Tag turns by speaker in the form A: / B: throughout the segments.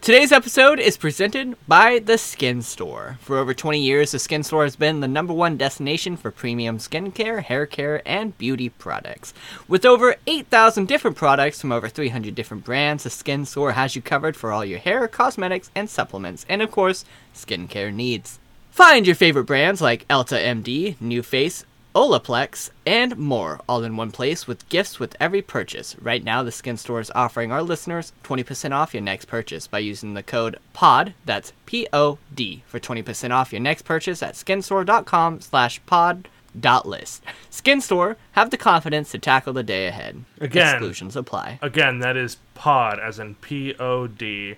A: Today's episode is presented by The Skin Store. For over 20 years, The Skin Store has been the number one destination for premium skincare, hair care, and beauty products. With over 8,000 different products from over 300 different brands, The Skin Store has you covered for all your hair, cosmetics, and supplements, and of course, skincare needs. Find your favorite brands like Elta MD, New Face, Olaplex, and more all in one place with gifts with every purchase. Right now, the Skin Store is offering our listeners 20% off your next purchase by using the code POD, that's P-O-D, for 20% off your next purchase at skinstore.com slash pod dot list. Skin Store, have the confidence to tackle the day ahead.
B: Again.
A: Exclusions apply.
B: Again, that is Pod, as in P O D.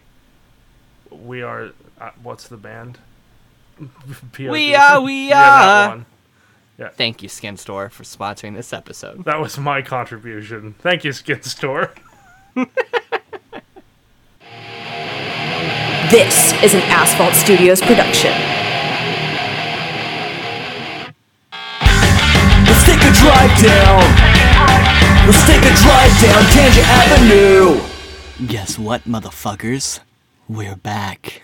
B: We are. Uh, what's the band? P O D.
A: We are, we
B: Yeah, that
A: are.
B: one.
A: Thank you, Skin Store, for sponsoring this episode.
B: That was my contribution. Thank you, Skin Store.
C: This is an Asphalt Studios production.
D: Let's take a drive down. Let's take a drive down Tangent Avenue.
A: Guess what, motherfuckers? We're back.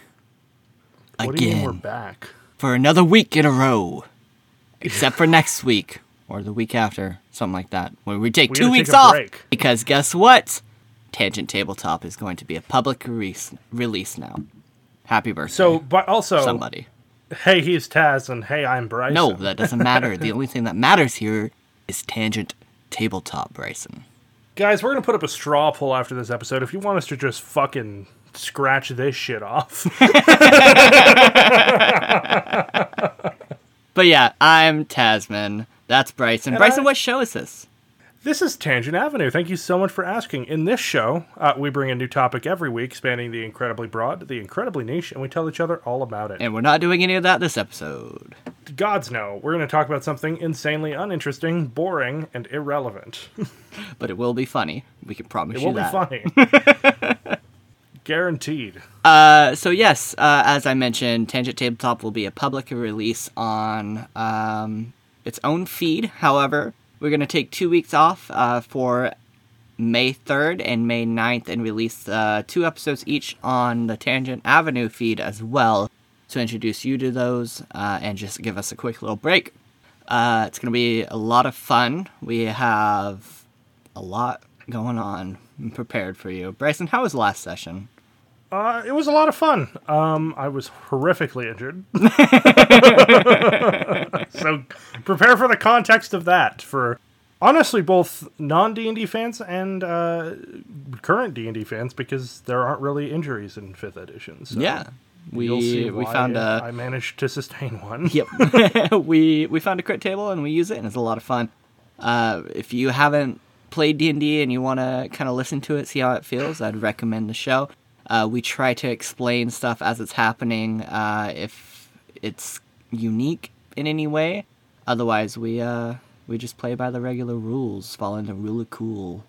A: Again.
B: What do you mean we're back?
A: for another week in a row. Except for next week or the week after, something like that, where we take
B: We
A: two
B: gotta take
A: weeks
B: a
A: off.
B: break.
A: Because guess what? Tangent Tabletop is going to be a public release, release now. Happy birthday,
B: So, but also,
A: somebody.
B: hey, he's Taz, and hey, I'm Bryson.
A: No, that doesn't matter. the only thing that matters here is Tangent Tabletop, Bryson.
B: guys, we're gonna put up a straw poll after this episode. If you want us to just fucking scratch this shit off,
A: But yeah, I'm Tasman. That's Bryson. Bryson,
B: I-
A: what show is this?
B: This is Tangent Avenue. Thank you so much for asking. In this show, uh, we bring a new topic every week, spanning the incredibly broad, the incredibly niche, and we tell each other all about it.
A: And we're not doing any of that this episode.
B: Gods know, we're going to talk about something insanely uninteresting, boring, and irrelevant.
A: But it will be funny. We can promise
B: It
A: you
B: will be
A: that.
B: funny. Guaranteed.
A: Uh, so yes, uh, as I mentioned, Tangent Tabletop will be a public release on um, its own feed. However, we're going to take two weeks off uh, for May 3rd and May 9th and release uh, two episodes each on the Tangent Avenue feed as well to introduce you to those uh, and just give us a quick little break. Uh, it's going to be a lot of fun. We have a lot going on and prepared for you. Bryson, how was last session?
B: Uh, it was a lot of fun. Um, I was horrifically injured. so prepare for the context of that for honestly both non D&D fans and uh, current D&D fans because there aren't really injuries in 5th edition. So
A: Yeah, we
B: You'll see
A: we
B: why
A: found
B: I
A: a
B: managed to sustain one.
A: yep. we we found a crit table and we use it and it's a lot of fun. Uh, if you haven't played D and D and you want to kind of listen to it, see how it feels, I'd recommend the show. Uh, we try to explain stuff as it's happening uh, if it's unique in any way. Otherwise, we uh, we just play by the regular rules, following the rule of cool.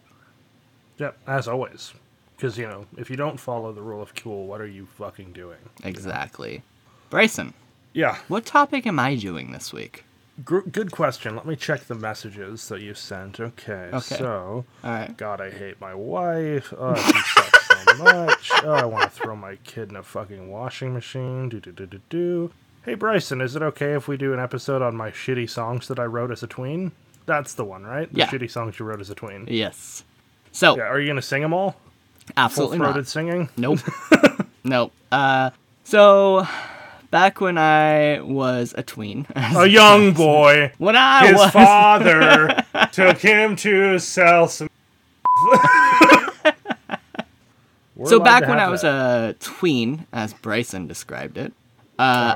B: Yep, as always. Because, you know, if you don't follow the rule of cool, what are you fucking doing?
A: Exactly. Bryson,
B: Yeah,
A: what topic am I doing this week?
B: gr- good question. Let me check the messages that you sent. Okay,
A: Okay.
B: so...
A: All right.
B: God, I hate my wife. Oh, she sucks so much. Oh, I want to throw my kid in a fucking washing machine. Do do do do do. Hey Bryson, is it okay if we do an episode on my shitty songs that I wrote as a tween? That's the one, right? The
A: Yeah.
B: shitty songs you wrote as a tween.
A: Yes. So,
B: Yeah. Are you gonna sing them all?
A: absolutely not.
B: Full-throated singing.
A: Nope. nope. Uh, so, back when I was a tween,
B: A young boy.
A: when I
B: His
A: was
B: father took him to sell some. We're
A: so
B: allowed
A: back
B: to
A: when
B: have
A: I was
B: that.
A: a tween, as Bryson described it,
B: Uh-huh.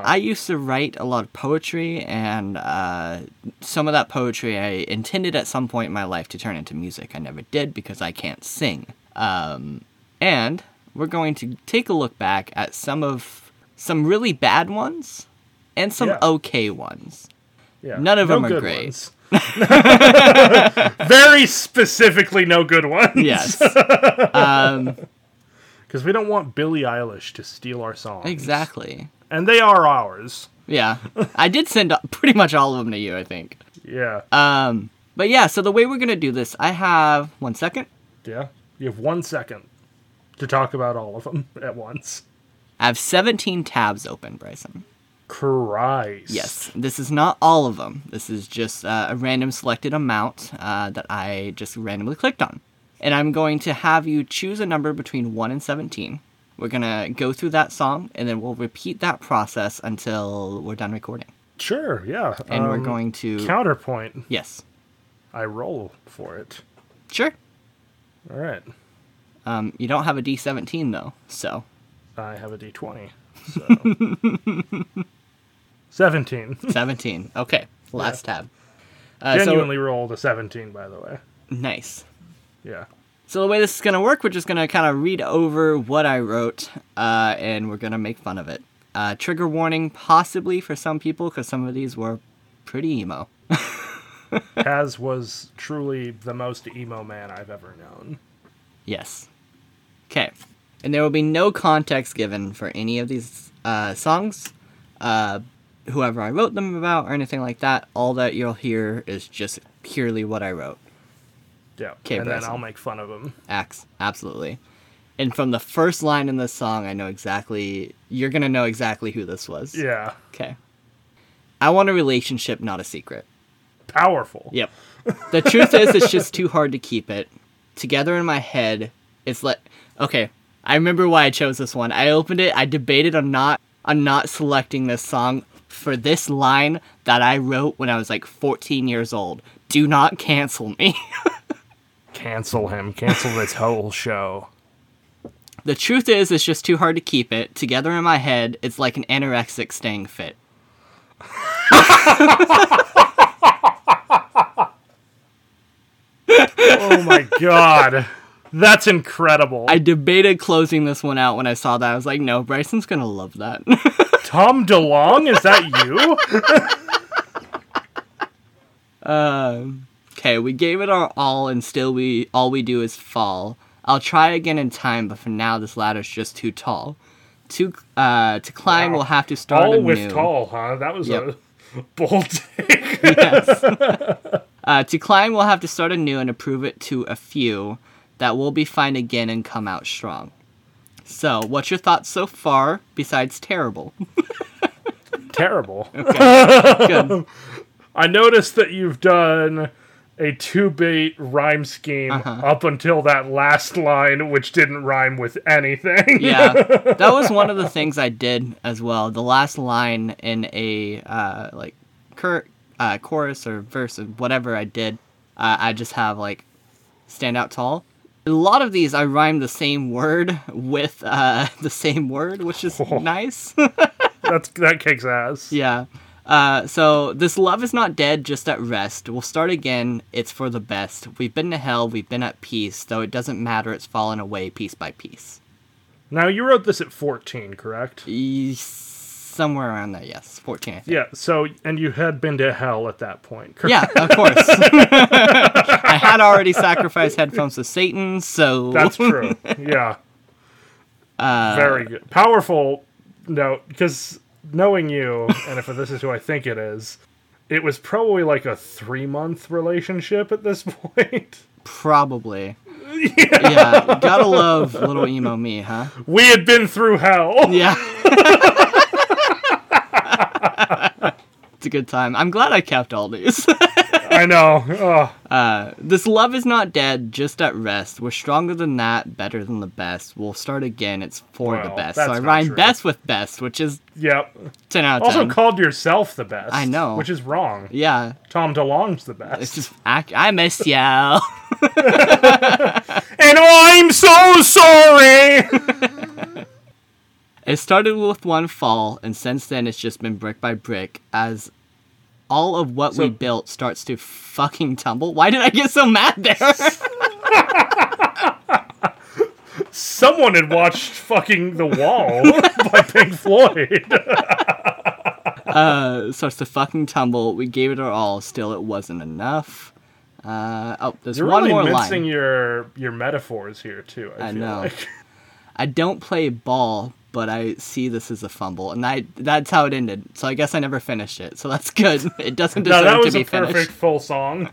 A: uh, I used to write a lot of poetry, and uh, some of that poetry I intended at some point in my life to turn into music. I never did because I can't sing. Um, and we're going to take a look back at some of some really bad ones and some
B: Yeah.
A: okay ones.
B: Yeah.
A: None of them are
B: good
A: great.
B: ones. Very specifically, no good ones.
A: Yes.
B: Because we don't want Billie Eilish to steal our songs.
A: Exactly.
B: And they are ours.
A: Yeah. I did send pretty much all of them to you, I think.
B: Yeah.
A: Um, but yeah, so the way we're going to do this, I have one second.
B: yeah. You have one second. to talk about all of them at once.
A: I have 17 tabs open, Bryson.
B: Christ.
A: Yes, this is not all of them. This is just uh, a random selected amount uh, that I just randomly clicked on. And I'm going to have you choose a number between 1 and 17. We're going to go through that song, and then we'll repeat that process until we're done recording.
B: Sure. Yeah.
A: And we're
B: um,
A: going to.
B: counterpoint.
A: yes.
B: I roll for it.
A: Sure.
B: All right.
A: Um, you don't have a D17, though, so.
B: I have a d20. So. 17.
A: 17. Okay, last tab. Uh,
B: Genuinely rolled a 17, by the way.
A: So, nice.
B: Yeah.
A: So the way this is gonna work, we're just gonna kind of read over what I wrote, uh, and we're gonna make fun of it. Uh, trigger warning, possibly for some people, because some of these were pretty emo.
B: Kaz was truly the most emo man I've ever known.
A: Yes. Okay. And there will be no context given for any of these uh, songs, uh, whoever I wrote them about, or anything like that. All that you'll hear is just purely what I wrote.
B: Yeah.
A: Okay,
B: and then
A: Bryson.
B: I'll make fun of him.
A: Ax, absolutely. And from the first line in this song, I know exactly. You're gonna know exactly who this was.
B: Yeah.
A: Okay. I want a relationship, not a secret.
B: Powerful.
A: Yep. The truth is, it's just too hard to keep it together in my head. It's like, okay, I remember why I chose this one. I opened it. I debated on not on not selecting this song for this line that I wrote when I was like 14 years old. Do not cancel me.
B: Cancel him. Cancel this whole show.
A: the truth is, it's just too hard to keep it together in my head. It's like an anorexic staying fit.
B: Oh my god. That's incredible.
A: I debated closing this one out when I saw that. I was like, no, Bryson's gonna love that.
B: Tom DeLong, is that you?
A: Okay, we gave it our all, and still we all we do is fall. I'll try again in time, but for now this ladder's just too tall. To uh, to climb, we'll have to start
B: All with
A: anew.
B: tall, huh? That was
A: Yep.
B: a bold take.
A: Yes. uh, to climb, we'll have to start anew and prove it to a few that we'll be fine again and come out strong. So, what's your thoughts so far? Besides terrible,
B: Terrible.
A: good.
B: I noticed that you've done a two bait rhyme scheme
A: Uh-huh.
B: up until that last line, which didn't rhyme with anything.
A: yeah, that was one of the things I did as well. The last line in a uh, like cur- uh, chorus or verse or whatever I did, uh, I just have like stand out tall. A lot of these I rhyme the same word with uh, the same word, which is nice.
B: That's that kicks ass.
A: yeah. Uh, so this love is not dead, just at rest. We'll start again. It's for the best. We've been to hell. We've been at peace, though it doesn't matter. It's fallen away piece by piece.
B: Now you wrote this at fourteen, correct?
A: E- Somewhere around there, yes. 14, I think.
B: Yeah. So and you had been to hell at that point. Correct?
A: Yeah, of course. I had already sacrificed headphones to Satan, so
B: That's true. yeah.
A: Uh,
B: Very good. Powerful note, because knowing you, and if this is who I think it is, it was probably like a three month relationship at this point.
A: probably. Yeah. gotta love little emo me, huh?
B: We had been through hell.
A: Yeah. it's a good time. I'm glad I kept all these.
B: I know. Ugh.
A: this love is not dead, just at rest. We're stronger than that, better than the best. We'll start again. It's for the
B: Well,
A: best.
B: that's
A: So I
B: not
A: rhyme
B: true.
A: best with best, which is
B: yep.
A: 10 out of 10.
B: Also called yourself the best.
A: I know.
B: Which is wrong.
A: yeah.
B: Tom DeLong's the
A: It's
B: best.
A: just, I, I miss you.
B: and I'm so sorry!
A: It started with one fall, and since then it's just been brick by brick as all of what we built starts to fucking tumble. Why did I get so mad there?
B: Someone had watched fucking The Wall by Pink Floyd.
A: It starts to fucking tumble. We gave it our all. Still, it wasn't enough. Uh, oh, there's
B: You're
A: one
B: really
A: more
B: mincing
A: line.
B: your your metaphors here too. I,
A: I
B: feel
A: know.
B: Like.
A: I don't play ball, but I see this as a fumble, and I, that's how it ended. So I guess I never finished it. So that's good. It doesn't
B: No,
A: deserve
B: that was
A: to
B: a
A: be
B: perfect
A: finished.
B: full song.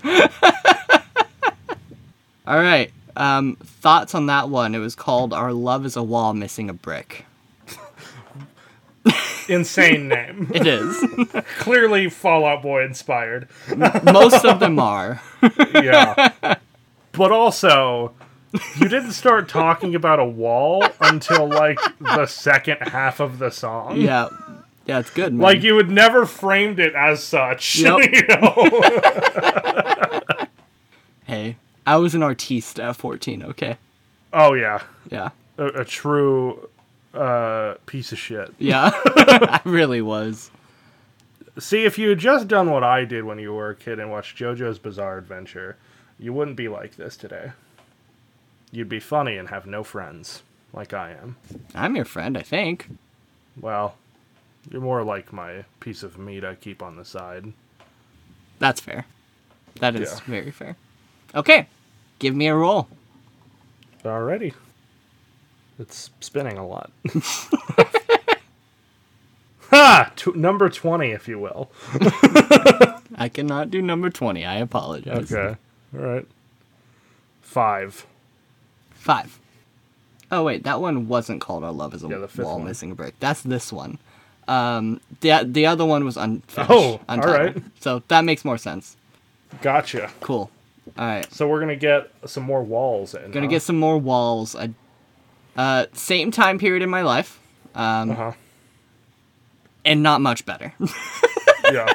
A: All right. Um, thoughts on that one? It was called "Our Love Is a Wall Missing a Brick."
B: Insane name.
A: It is.
B: Clearly Fallout Boy inspired.
A: Most of them are.
B: Yeah. But also, you didn't start talking about a wall until like the second half of the song.
A: Yeah, yeah, it's good. Man.
B: Like you had never framed it as such.
A: Yep.
B: you know?
A: hey, I was an artiste at fourteen. Okay,
B: Oh yeah.
A: yeah,
B: A, a true uh piece of shit.
A: yeah, I really was.
B: See, if you had just done what I did when you were a kid and watched JoJo's Bizarre Adventure, you wouldn't be like this today. You'd be funny and have no friends, like I am.
A: I'm your friend, I think.
B: Well, you're more like my piece of meat I keep on the side.
A: That's fair. That is
B: Yeah.
A: very fair. Okay, give me a roll.
B: Alrighty. It's spinning a lot. ha! T- number 20, if you will.
A: I cannot do number twenty. I apologize.
B: Alright. Five.
A: Five. Oh wait, that one wasn't called "Our Love Is a
B: Yeah, the fifth
A: Wall
B: one.
A: Missing a Brick." That's this one. Um, the the other one was unfinished.
B: Oh,
A: untitled.
B: alright.
A: So that makes more sense.
B: Gotcha.
A: Cool. All right,
B: So we're gonna get some more walls in.
A: gonna
B: huh?
A: get some more walls. I, uh, same time period in my life,
B: Uh-huh.
A: and not much better.
B: Yeah.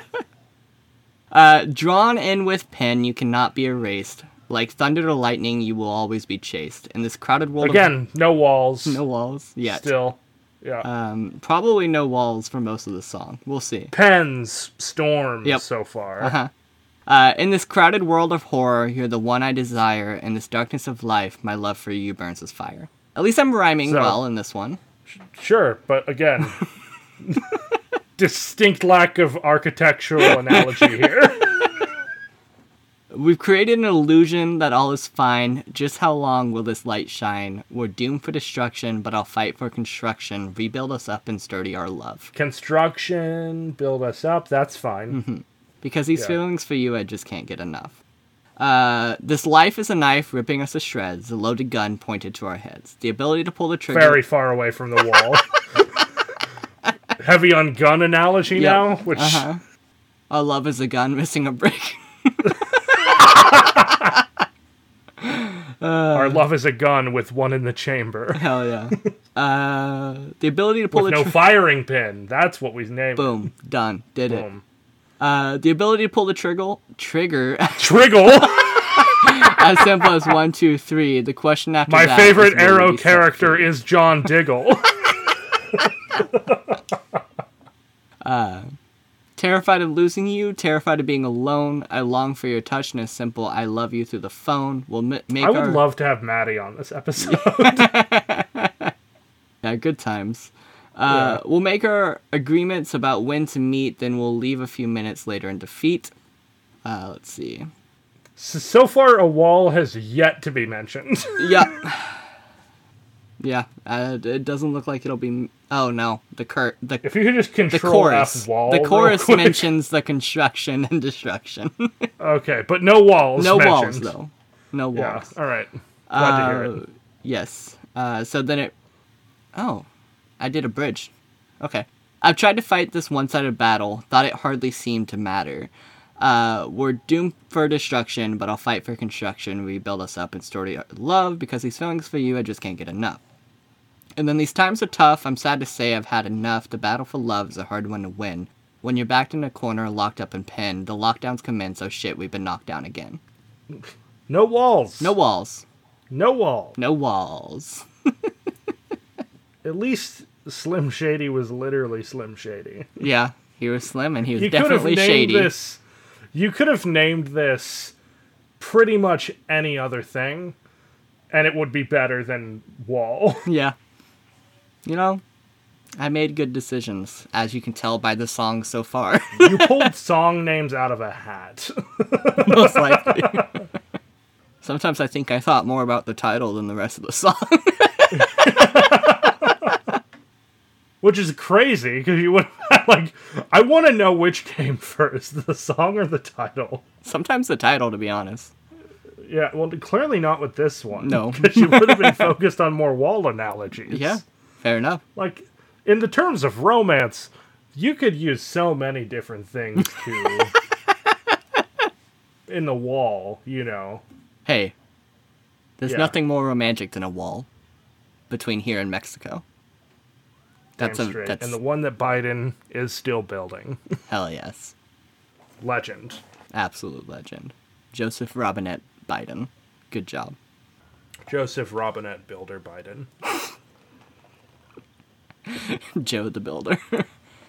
A: uh, drawn in with pen, you cannot be erased. Like thunder or lightning, you will always be chased. In this crowded world of
B: Again, no walls.
A: no walls yet.
B: Still. Yeah.
A: Um, probably no walls for most of the song. We'll see.
B: Pens, storms
A: Yep.
B: so far.
A: Uh, in this crowded world of horror, you're the one I desire. In this darkness of life, my love for you burns as fire. At least I'm rhyming
B: So-
A: well in this one.
B: Sure, but again, distinct lack of architectural analogy here.
A: We've created an illusion that all is fine. Just how long will this light shine? We're doomed for destruction, but I'll fight for construction. Rebuild us up and sturdy our love.
B: Construction, build us up, that's fine.
A: Mhm. Because these
B: Yeah.
A: feelings for you, I just can't get enough. Uh, this life is a knife ripping us to shreds, a loaded gun pointed to our heads. The ability to pull the trigger.
B: Very far away from the wall. Heavy on gun analogy
A: Yep. Uh-huh.
B: now, which
A: Our love is a gun missing a brick.
B: our
A: Uh.
B: love is a gun with one in the chamber.
A: Hell yeah. uh, the ability to pull
B: With
A: the
B: no
A: trigger.
B: firing pin. That's what we named
A: Boom. Done. Did it.
B: Boom.
A: Uh, the ability to pull the trigger. Trigger.
B: Triggle,
A: as simple as one, two, three. The question after
B: my
A: that
B: favorite
A: is will
B: arrow
A: you be set
B: character
A: free?
B: is John Diggle.
A: terrified of losing you, terrified of being alone. I long for your touch, and a simple "I love you" through the phone will ma- make
B: I would
A: our
B: love to have Maddie on this episode.
A: yeah, good times. Uh, We'll make our agreements about when to meet, then we'll leave a few minutes later in defeat. Uh, let's see.
B: S- So far, a wall has yet to be mentioned.
A: Yeah. Yeah, uh, it doesn't look like it'll be. m- Oh no, the cur- the
B: If you could just
A: the
B: control
A: chorus.
B: F wall,
A: The
B: real
A: chorus
B: quick.
A: mentions the construction and destruction.
B: Okay, but no walls.
A: no walls
B: mentioned.
A: though. No
B: Yeah.
A: walls.
B: All right. Glad to hear
A: Uh,
B: it.
A: Yes. Uh, so then it. Oh, I did a bridge. Okay. I've tried to fight this one sided battle, thought it hardly seemed to matter. Uh, we're doomed for destruction, but I'll fight for construction. We build us up and story our love because these feelings for you, I just can't get enough. And then these times are tough. I'm sad to say I've had enough. The battle for love is a hard one to win. When you're backed in a corner, locked up and pinned, the lockdowns commence. Oh shit, we've been knocked down again.
B: No walls.
A: No walls.
B: No wall.
A: No walls.
B: At least Slim Shady was literally Slim Shady.
A: Yeah, he was slim and he was
B: You could have
A: definitely
B: named
A: shady.
B: this. You could have named this pretty much any other thing, and it would be better than wall.
A: Yeah. You know, I made good decisions, as you can tell by the song so far.
B: you pulled song names out of a hat.
A: Most likely. Sometimes I think I thought more about the title than the rest of the song.
B: Which is crazy because you would have like I want to know which came first, the song or the title.
A: Sometimes the title, to be honest.
B: Yeah, well, clearly not with this one.
A: No.
B: because she would have been focused on more wall analogies.
A: Yeah, fair enough.
B: like in the terms of romance, you could use so many different things to in the wall. You know,
A: Hey, there's
B: Yeah.
A: nothing more romantic than a wall between here and Mexico. That's
B: damn
A: a
B: straight.
A: that's
B: and the one that Biden is still building,
A: hell yes,
B: legend.
A: absolute legend, Joseph Robinette Biden. Good job.
B: Joseph Robinette Builder Biden.
A: Joe the Builder.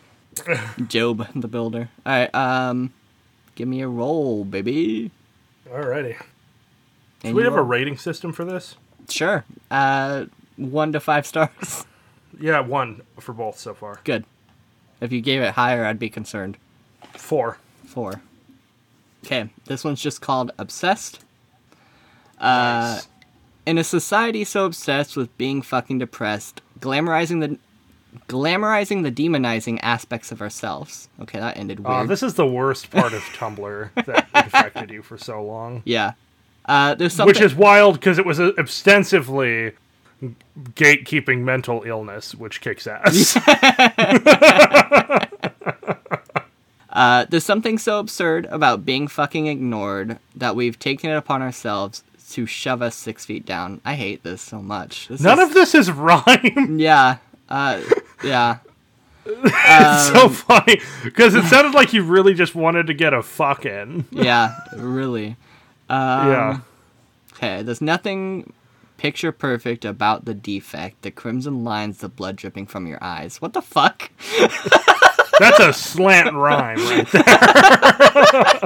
A: Job the Builder. All right, um, give me a roll, baby.
B: Alrighty.
A: And
B: Do we
A: you
B: have a
A: roll.
B: rating system for this?
A: Sure. Uh, one to five stars.
B: Yeah, one for both so far.
A: Good. If you gave it higher, I'd be concerned.
B: Four.
A: Four. Okay, this one's just called Obsessed. Uh,
B: Nice.
A: In a society so obsessed with being fucking depressed, glamorizing the glamorizing the demonizing aspects of ourselves. Okay, that ended weird.
B: Aw, Uh, this is the worst part of Tumblr that affected you for so long.
A: yeah. Uh, there's something
B: Which is wild because it was uh, ostensibly gatekeeping mental illness, which kicks ass.
A: Uh, there's something so absurd about being fucking ignored that we've taken it upon ourselves to shove us six feet down. I hate this so much. This
B: None
A: is-
B: of this is rhyme.
A: Yeah. Uh, yeah.
B: It's so
A: Um,
B: funny because it sounded like you really just wanted to get a fuck in.
A: Yeah. really. Um,
B: yeah.
A: Okay. There's nothing picture perfect about the defect, the crimson lines, the blood dripping from your eyes. What the fuck?
B: That's a slant rhyme right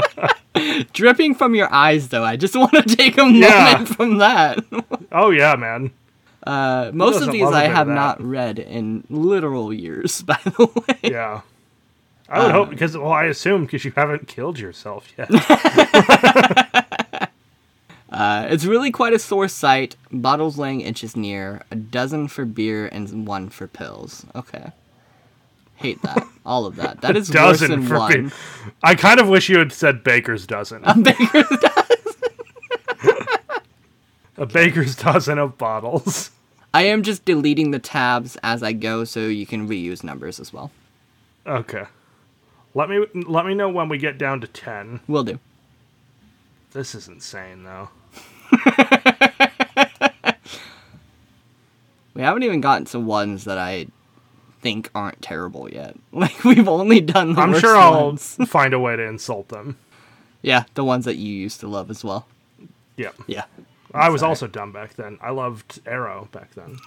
B: there.
A: dripping from your eyes, though. I just want to take a moment
B: Yeah.
A: from that.
B: Oh, yeah, man.
A: Uh, most of
B: doesn't
A: these
B: love a
A: I
B: bit of
A: have
B: that?
A: not read in literal years, by the way.
B: Yeah. I would
A: Um,
B: hope because, well, I assume because you haven't killed yourself yet.
A: It's really quite a sore sight. Bottles laying inches near, a dozen for beer and one for pills. Okay. Hate that. All of that. That is worse
B: dozen
A: than
B: for
A: one.
B: me. I kind of wish you had said baker's dozen.
A: Baker's dozen.
B: a baker's dozen of bottles.
A: I am just deleting the tabs as I go so you can reuse numbers as well.
B: Okay. Let me let me know when we get down to ten.
A: Will do.
B: This is insane, though.
A: We haven't even gotten to ones that I think aren't terrible yet. Like we've only done the
B: I'm
A: worst
B: sure I'll
A: ones.
B: find a way to insult them.
A: Yeah, the ones that you used to love as well.
B: Yeah,
A: Yeah.
B: I was also dumb back then. I loved Arrow back then.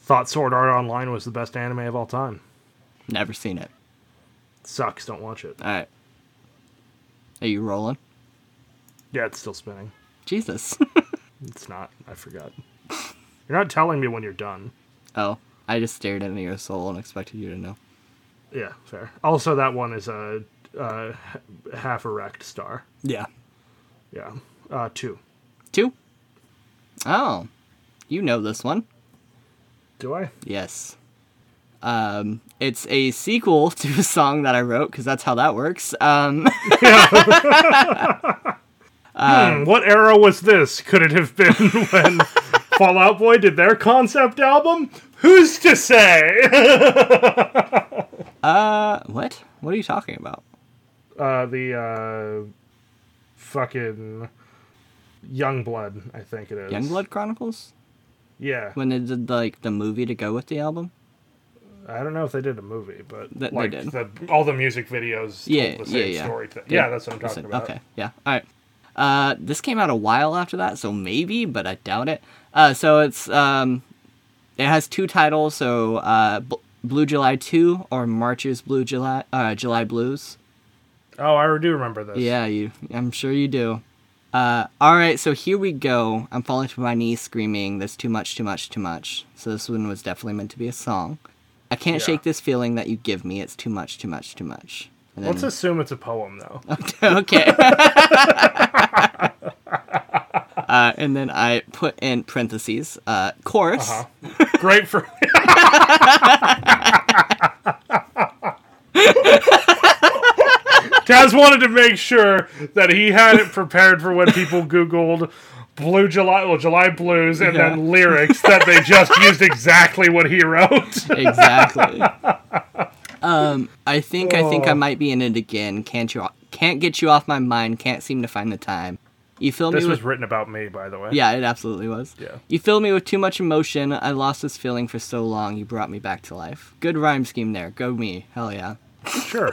B: Thought Sword Art Online was the best anime of all time.
A: Never seen it.
B: Sucks. Don't watch it.
A: All right. Are you rolling?
B: Yeah, it's still spinning.
A: Jesus.
B: It's not. I forgot. You're not telling me when you're done.
A: Oh, I just stared into your soul and expected you to know.
B: Yeah, fair. Also, that one is a, uh half erect star.
A: Yeah.
B: Yeah, uh, two.
A: Two? Oh, you know this one.
B: Do I?
A: Yes. Um, it's a sequel to a song that I wrote because that's how that works. Um,
B: Hmm, what era was this? Could it have been when Fallout Boy did their concept album? Who's to say?
A: what? What are you talking about?
B: Uh, the uh, fucking Youngblood, I think it is.
A: Youngblood Chronicles?
B: Yeah.
A: When they did like the movie to go with the album?
B: I don't know if they did a movie, but
A: Th- they
B: like
A: did.
B: The, all the music videos told
A: Yeah, yeah,
B: the same
A: yeah.
B: story. Thing.
A: Did-
B: Yeah, that's what I'm
A: Listen,
B: talking about.
A: Okay, yeah. All right. Uh, this came out a while after that, so maybe, but I doubt it. Uh, so it's um, it has two titles, so uh, B- Blue July Two or March's Blue July uh, July Blues.
B: Oh, I do remember this.
A: Yeah, you. I'm sure you do. Uh, all right, so here we go. I'm falling to my knees, screaming. There's too much, too much, too much. So this one was definitely meant to be a song. I can't
B: Yeah.
A: shake this feeling that you give me. It's too much, too much, too much. And
B: Let's assume it's a poem, though.
A: okay. uh, and then I put in parentheses, uh, chorus.
B: Uh-huh. Great for. Tell just wanted to make sure that he had it prepared for when people Googled Blue July, well, July Blues, and then lyrics that they just used exactly what he wrote.
A: exactly. um, I think I
B: Oh.
A: think I might be in it again. Can't you? Can't get you off my mind. Can't seem to find the time. You fill
B: this
A: me with
B: was written about me, by the way.
A: yeah, it absolutely was.
B: Yeah.
A: You filled me with too much emotion. I lost this feeling for so long. You brought me back to life. Good rhyme scheme there. Go me. Hell yeah.
B: Sure.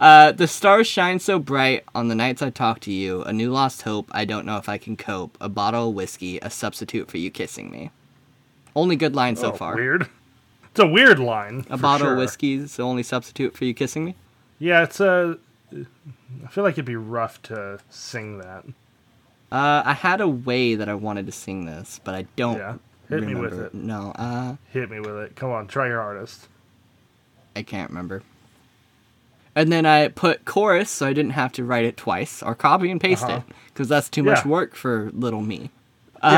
A: Uh, the stars shine so bright on the nights I talk to you. A new lost hope. I don't know if I can cope. A bottle of whiskey. A substitute for you kissing me. Only good line so
B: Oh,
A: far.
B: Weird. It's a weird line.
A: A
B: for
A: bottle
B: sure.
A: of whiskey is the only substitute for you kissing me.
B: Yeah, it's a. I feel like it'd be rough to sing that.
A: Uh, I had a way that I wanted to sing this, but I don't.
B: Yeah. Hit me
A: remember.
B: with it.
A: No, uh,
B: Hit me with it. Come on, try your hardest.
A: I can't remember. And then I put chorus, so I didn't have to write it twice or copy and paste it, 'cause it, because that's too much
B: Uh-huh. Yeah.
A: work for little me.
B: You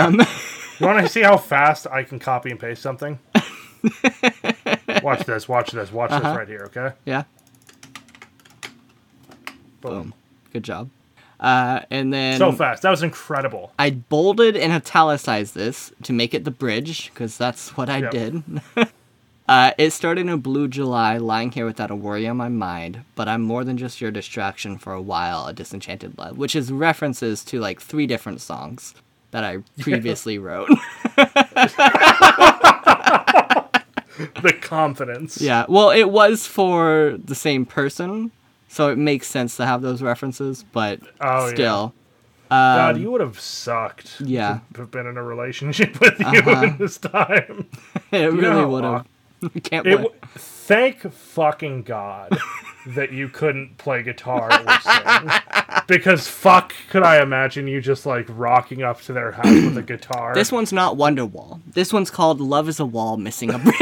B: want to see how fast I can copy and paste something? watch this, watch this, watch
A: Uh-huh.
B: this right here, okay?
A: Yeah.
B: Boom.
A: Good job. Uh, and then
B: So fast. That was incredible.
A: I bolded and italicized this to make it the bridge, because that's what I
B: Yep.
A: did. uh, it started in a blue July, lying here without a worry on my mind, but I'm more than just your distraction for a while, a disenchanted love, which is references to like three different songs that I previously wrote.
B: The confidence.
A: yeah, well, it was for the same person, so it makes sense to have those references, but
B: Oh, yeah.
A: still.
B: God, you would have sucked.
A: um, yeah. Uh-huh.
B: To have been in a relationship with you in this time.
A: It really
B: know,
A: would have. Can't
B: It
A: wait.
B: w- thank fucking God that you couldn't play guitar or sing. Because fuck could I imagine you just like rocking up to their house with a guitar.
A: This one's not Wonderwall. This one's called Love is a Wall Missing a Brick.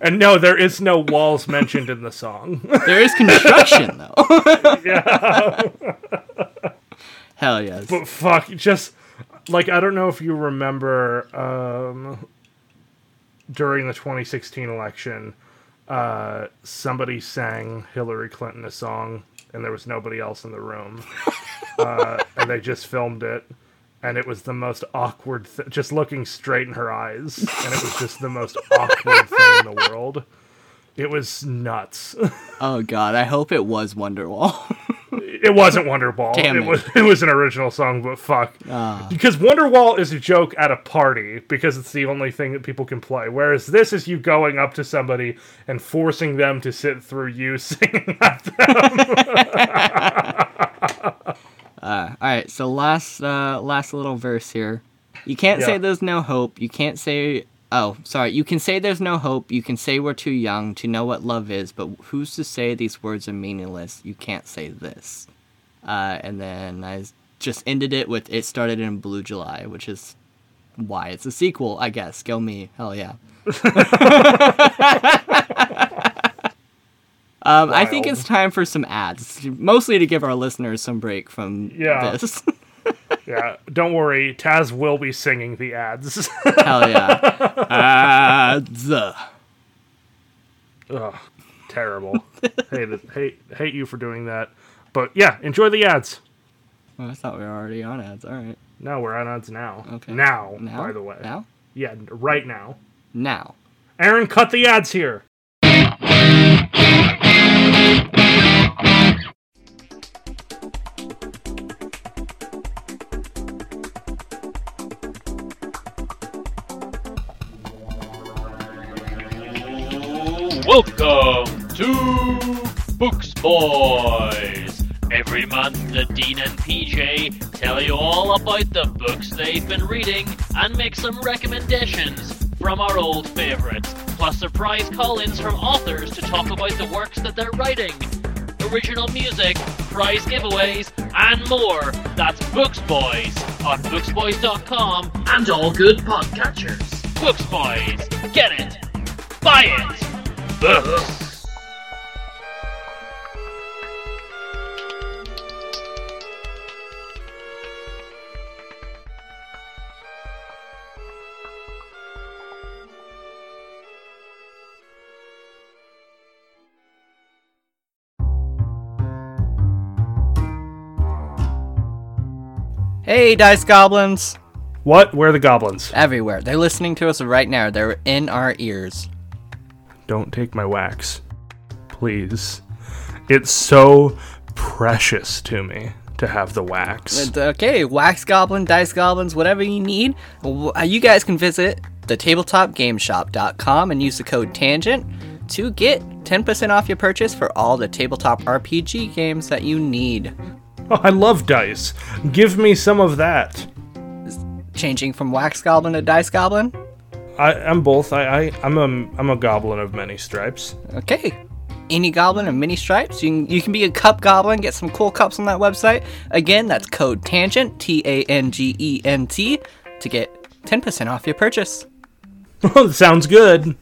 B: and no, there is no walls mentioned in the song.
A: there is construction, though. Hell yes.
B: But fuck, just like I don't know if you remember um, during the 2016 election, uh, somebody sang Hillary Clinton a song, and there was nobody else in the room, uh, and they just filmed it. And it was the most awkward, th- just looking straight in her eyes, and it was just the most awkward thing in the world. It was nuts.
A: Oh god, I hope it was Wonderwall.
B: It wasn't Wonderwall.
A: Damn
B: it.
A: it. Ah.
B: was it was an original song, but fuck. Because Wonderwall is a joke at a party because it's the only thing that people can play. Whereas this is you going up to somebody and forcing them to sit through you singing.
A: All right, so last uh, last little verse here. You can't say
B: Yeah.
A: there's no hope. You can't say oh, sorry. You can say there's no hope. You can say we're too young to know what love is, but who's to say these words are meaningless? You can't say this. Uh, and then I s- just ended it with it started in Blue July, which is why it's a sequel, I guess. Go me, hell yeah. um, I think
B: Wild.
A: it's time for some ads, mostly to give our listeners some break from
B: Yeah.
A: this.
B: yeah, don't worry, Taz will be singing the ads.
A: Hell yeah. Ads.
B: Terrible. hate, it- hate hate you for doing that. But yeah, enjoy the ads.
A: Well, I thought we were already on ads. All right.
B: No, we're on ads now.
A: Okay.
B: Now,
A: Now?
B: by the way.
A: Now?
B: Yeah, right now.
A: Now.
B: Aaron, cut the ads here.
E: Welcome to Books Boys. Every month, the Dean and PJ tell you all about the books they've been reading and make some recommendations from our old favorites, plus surprise call ins from authors to talk about the works that they're writing, original music, prize giveaways, and more. That's Books Boys on booksboys.com and all good podcatchers. Books Boys, get it! Buy it! Books.
A: Hey, Dice Goblins!
B: What? Where are the goblins?
A: Everywhere. They're listening to us right now. They're in our ears.
B: Don't take my wax. Please. It's so precious to me to have the wax.
A: It's okay, Wax Goblin, Dice Goblins, whatever you need. W- uh, You guys can visit tabletopgameshop.com and use the code TANGENT to get 10% off your purchase for all the tabletop RPG games that you need.
B: Oh, I love dice. Give me some of that.
A: Changing from Wax Goblin to Dice Goblin?
B: I, I'm both. I, I I'm a I'm a goblin of many stripes.
A: Okay. Any goblin and mini stripes. You can, you can be a cup goblin, get some cool cups on that website. Again, that's code TANGENT, T A N G E N T, to get 10% off your purchase.
B: Oh, Sounds good.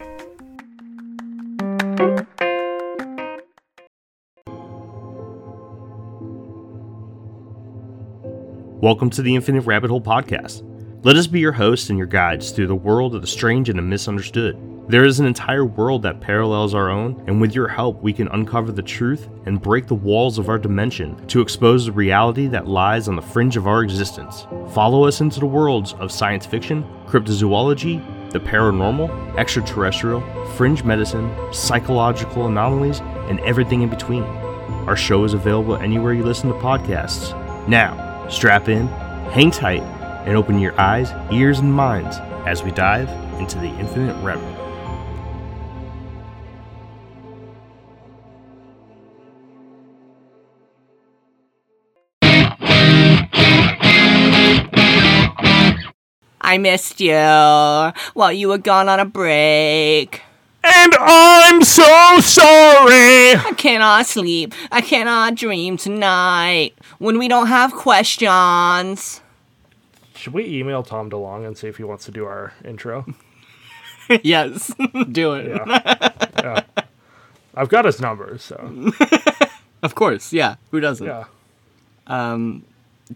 F: Welcome to the Infinite Rabbit Hole Podcast. Let us be your hosts and your guides through the world of the strange and the misunderstood. There is an entire world that parallels our own, and with your help, we can uncover the truth and break the walls of our dimension to expose the reality that lies on the fringe of our existence. Follow us into the worlds of science fiction, cryptozoology, the paranormal, extraterrestrial, fringe medicine, psychological anomalies, and everything in between. Our show is available anywhere you listen to podcasts. Now, strap in, hang tight, and open your eyes, ears, and minds as we dive into the infinite realm.
A: I missed you while you were gone on a break.
B: And I'm so sorry.
A: I cannot sleep. I cannot dream tonight when we don't have questions.
B: Should we email Tom DeLong and see if he wants to do our intro?
A: yes, do it.
B: I've got his number, so
A: Of course, yeah. Who doesn't?
B: yeah.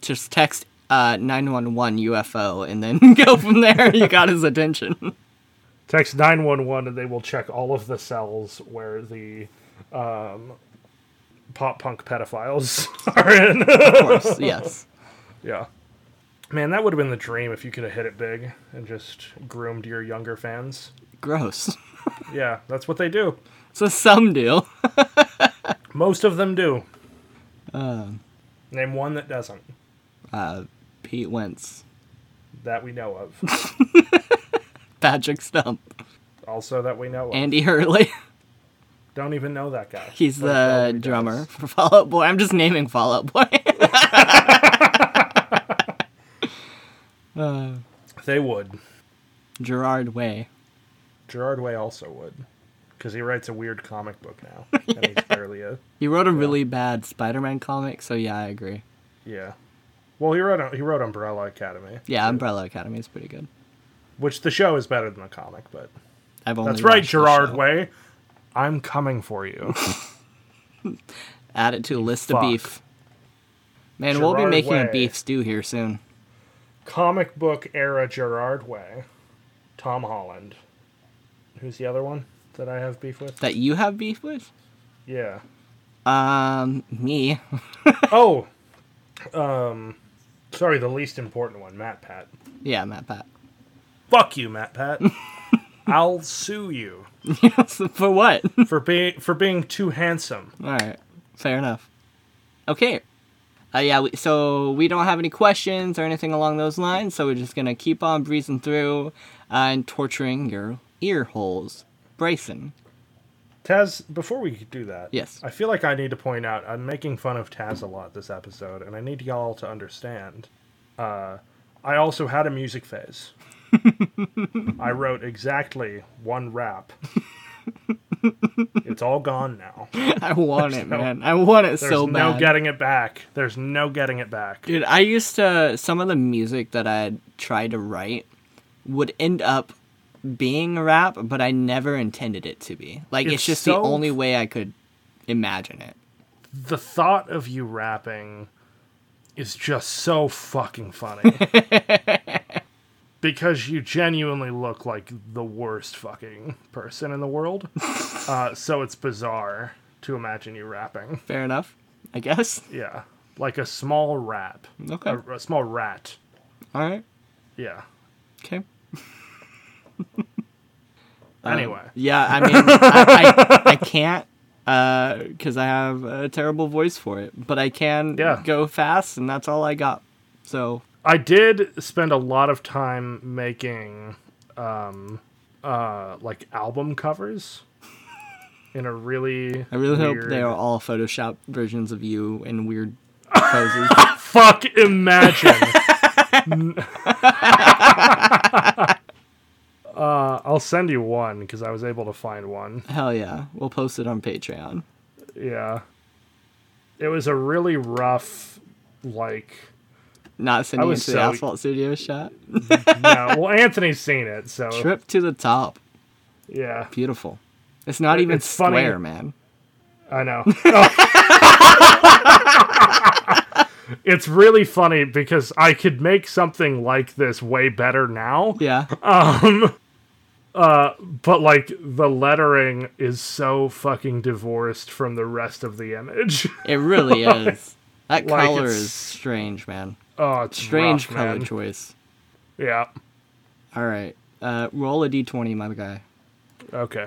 A: Just text uh, 911 UFO and then go from there. you got his attention.
B: Text nine one one and they will check all of the cells where the um, pop punk pedophiles are in.
A: Of course, yes.
B: yeah. Man, that would have been the dream if you could have hit it big and just groomed your younger fans.
A: Gross.
B: Yeah, that's what they do.
A: So some do.
B: Most of them do.
A: Um.
B: Name one that doesn't,
A: Pete Wentz,
B: that we know of.
A: Patrick Stump,
B: also, that we know of.
A: Andy Hurley.
B: Don't even know that guy.
A: He's
B: But probably
A: the
B: does.
A: drummer for Fall Out Boy. I'm just naming Fall Out Boy.
B: They would.
A: Gerard Way.
B: Gerard Way also would. Because he writes a weird comic book now. And he's barely a.
A: He wrote a really bad Spider-Man comic, so yeah, I agree.
B: Yeah. Well, he wrote, he wrote Umbrella Academy,
A: Yeah, Umbrella Academy is pretty good.
B: which the show is better than the comic, but.
A: I've only
B: That's right,
A: watched the
B: Gerard
A: show.
B: Way. I'm coming for you.
A: Add it to a list
B: Fuck.
A: of beef. Man, we'll be
B: Gerard
A: making
B: Way.
A: a beef stew here soon.
B: comic book era Gerard Way. Tom Holland. Who's the other one that I have beef with?
A: That you have beef with?
B: Yeah.
A: Um, me.
B: Oh, um, sorry, the least important one, Matt Pat.
A: Yeah, Matt Pat.
B: Fuck you, Matt Pat. I'll sue you
A: for what?
B: for being for being too handsome.
A: All right, fair enough. Okay. Uh, yeah, we, so we don't have any questions or anything along those lines, so we're just gonna keep on breezing through uh, and torturing your ear holes. Bryson.
B: Taz, before we do that,
A: Yes.
B: I feel like I need to point out I'm making fun of Taz a lot this episode, and I need y'all to understand. Uh, I also had a music phase. I wrote exactly one rap. it's all gone now.
A: I want it,
B: no-
A: man. I want it
B: There's
A: so
B: no
A: bad.
B: getting it back. There's no getting it back.
A: Dude, I used to some of the music that I tried to write would end up being rap, but I never intended it to be. Like it's,
B: It's
A: just the
B: so-
A: only way I could imagine it.
B: the thought of you rapping is just so fucking funny. because you genuinely look like the worst fucking person in the world. Uh, so it's bizarre to imagine you rapping.
A: Fair enough, I guess.
B: Yeah. like a small rat.
A: Okay.
B: A, a small rat.
A: All right.
B: Yeah.
A: Okay. Um,
B: Anyway,
A: Yeah, I mean, I, I, I can't because I have a terrible voice for it, but I can
B: Yeah.
A: go fast, and that's all I got. So
B: I did spend a lot of time making um uh like album covers in a really
A: I really
B: weird...
A: hope they are all Photoshop versions of you in weird poses.
B: Fuck, imagine. uh, I'll send you one because I was able to find one.
A: Hell yeah, we'll post it on Patreon.
B: Yeah. It was a really rough, like.
A: Not
B: I
A: sending you
B: was
A: to the
B: so-
A: Asphalt Studio shot.
B: No, well, Anthony's seen it, so.
A: Trip to the top.
B: Yeah,
A: Beautiful. It's not even
B: it's funny-
A: square, man.
B: I know. Oh. it's really funny because I could make something like this way better now.
A: Yeah.
B: but like the lettering is so fucking divorced from the rest of the image.
A: It really is. That
B: Like,
A: color
B: it's-
A: is strange, man.
B: oh, it's
A: Strange
B: rough,
A: color
B: man.
A: choice.
B: Yeah.
A: All right. Uh, roll a d20, my guy.
B: Okay.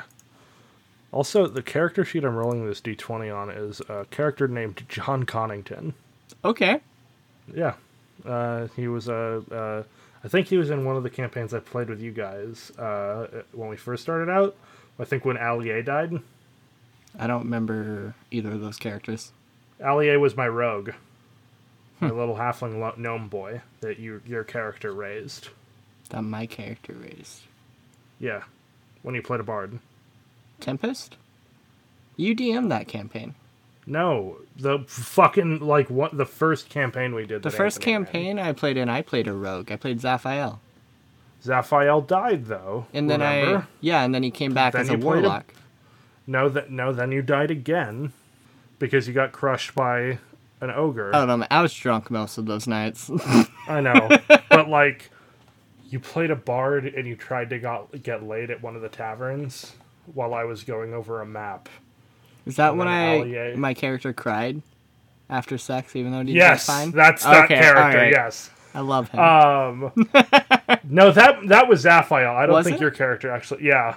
B: Also, the character sheet I'm rolling this d20 on is a character named John Connington.
A: Okay.
B: Yeah, uh, he was a. Uh, I think he was in one of the campaigns I played with you guys uh, when we first started out. I think when Allier died.
A: I don't remember either of those characters.
B: Allier was my rogue, my
A: Hmm.
B: little halfling lo- gnome boy that you your character raised.
A: That my character raised.
B: Yeah, when you played a bard.
A: Tempest? You DM that campaign.
B: No, the fucking like what the first campaign we did.
A: The
B: that
A: first
B: Anthony ran.
A: campaign I played in, I played a rogue. I played Zaphael.
B: Zaphael died though.
A: And then I.
B: remember?
A: Yeah, and then he came back
B: Then
A: as
B: you
A: a
B: played a-
A: warlock.
B: no that no then you died again because you got crushed by an ogre.
A: I don't know. I was drunk most of those nights.
B: I know, but like you played a bard and you tried to got, get laid at one of the taverns while I was going over a map.
A: Is that when
B: then
A: I
B: Allier.
A: my character cried after sex, even though he
B: Yes,
A: was fine?
B: that's that
A: Okay,
B: character.
A: alright.
B: Yes. Uh, Um,
A: I love him.
B: No, that that was Zaphael. I don't
A: Was
B: think
A: it?
B: your character actually. Yeah.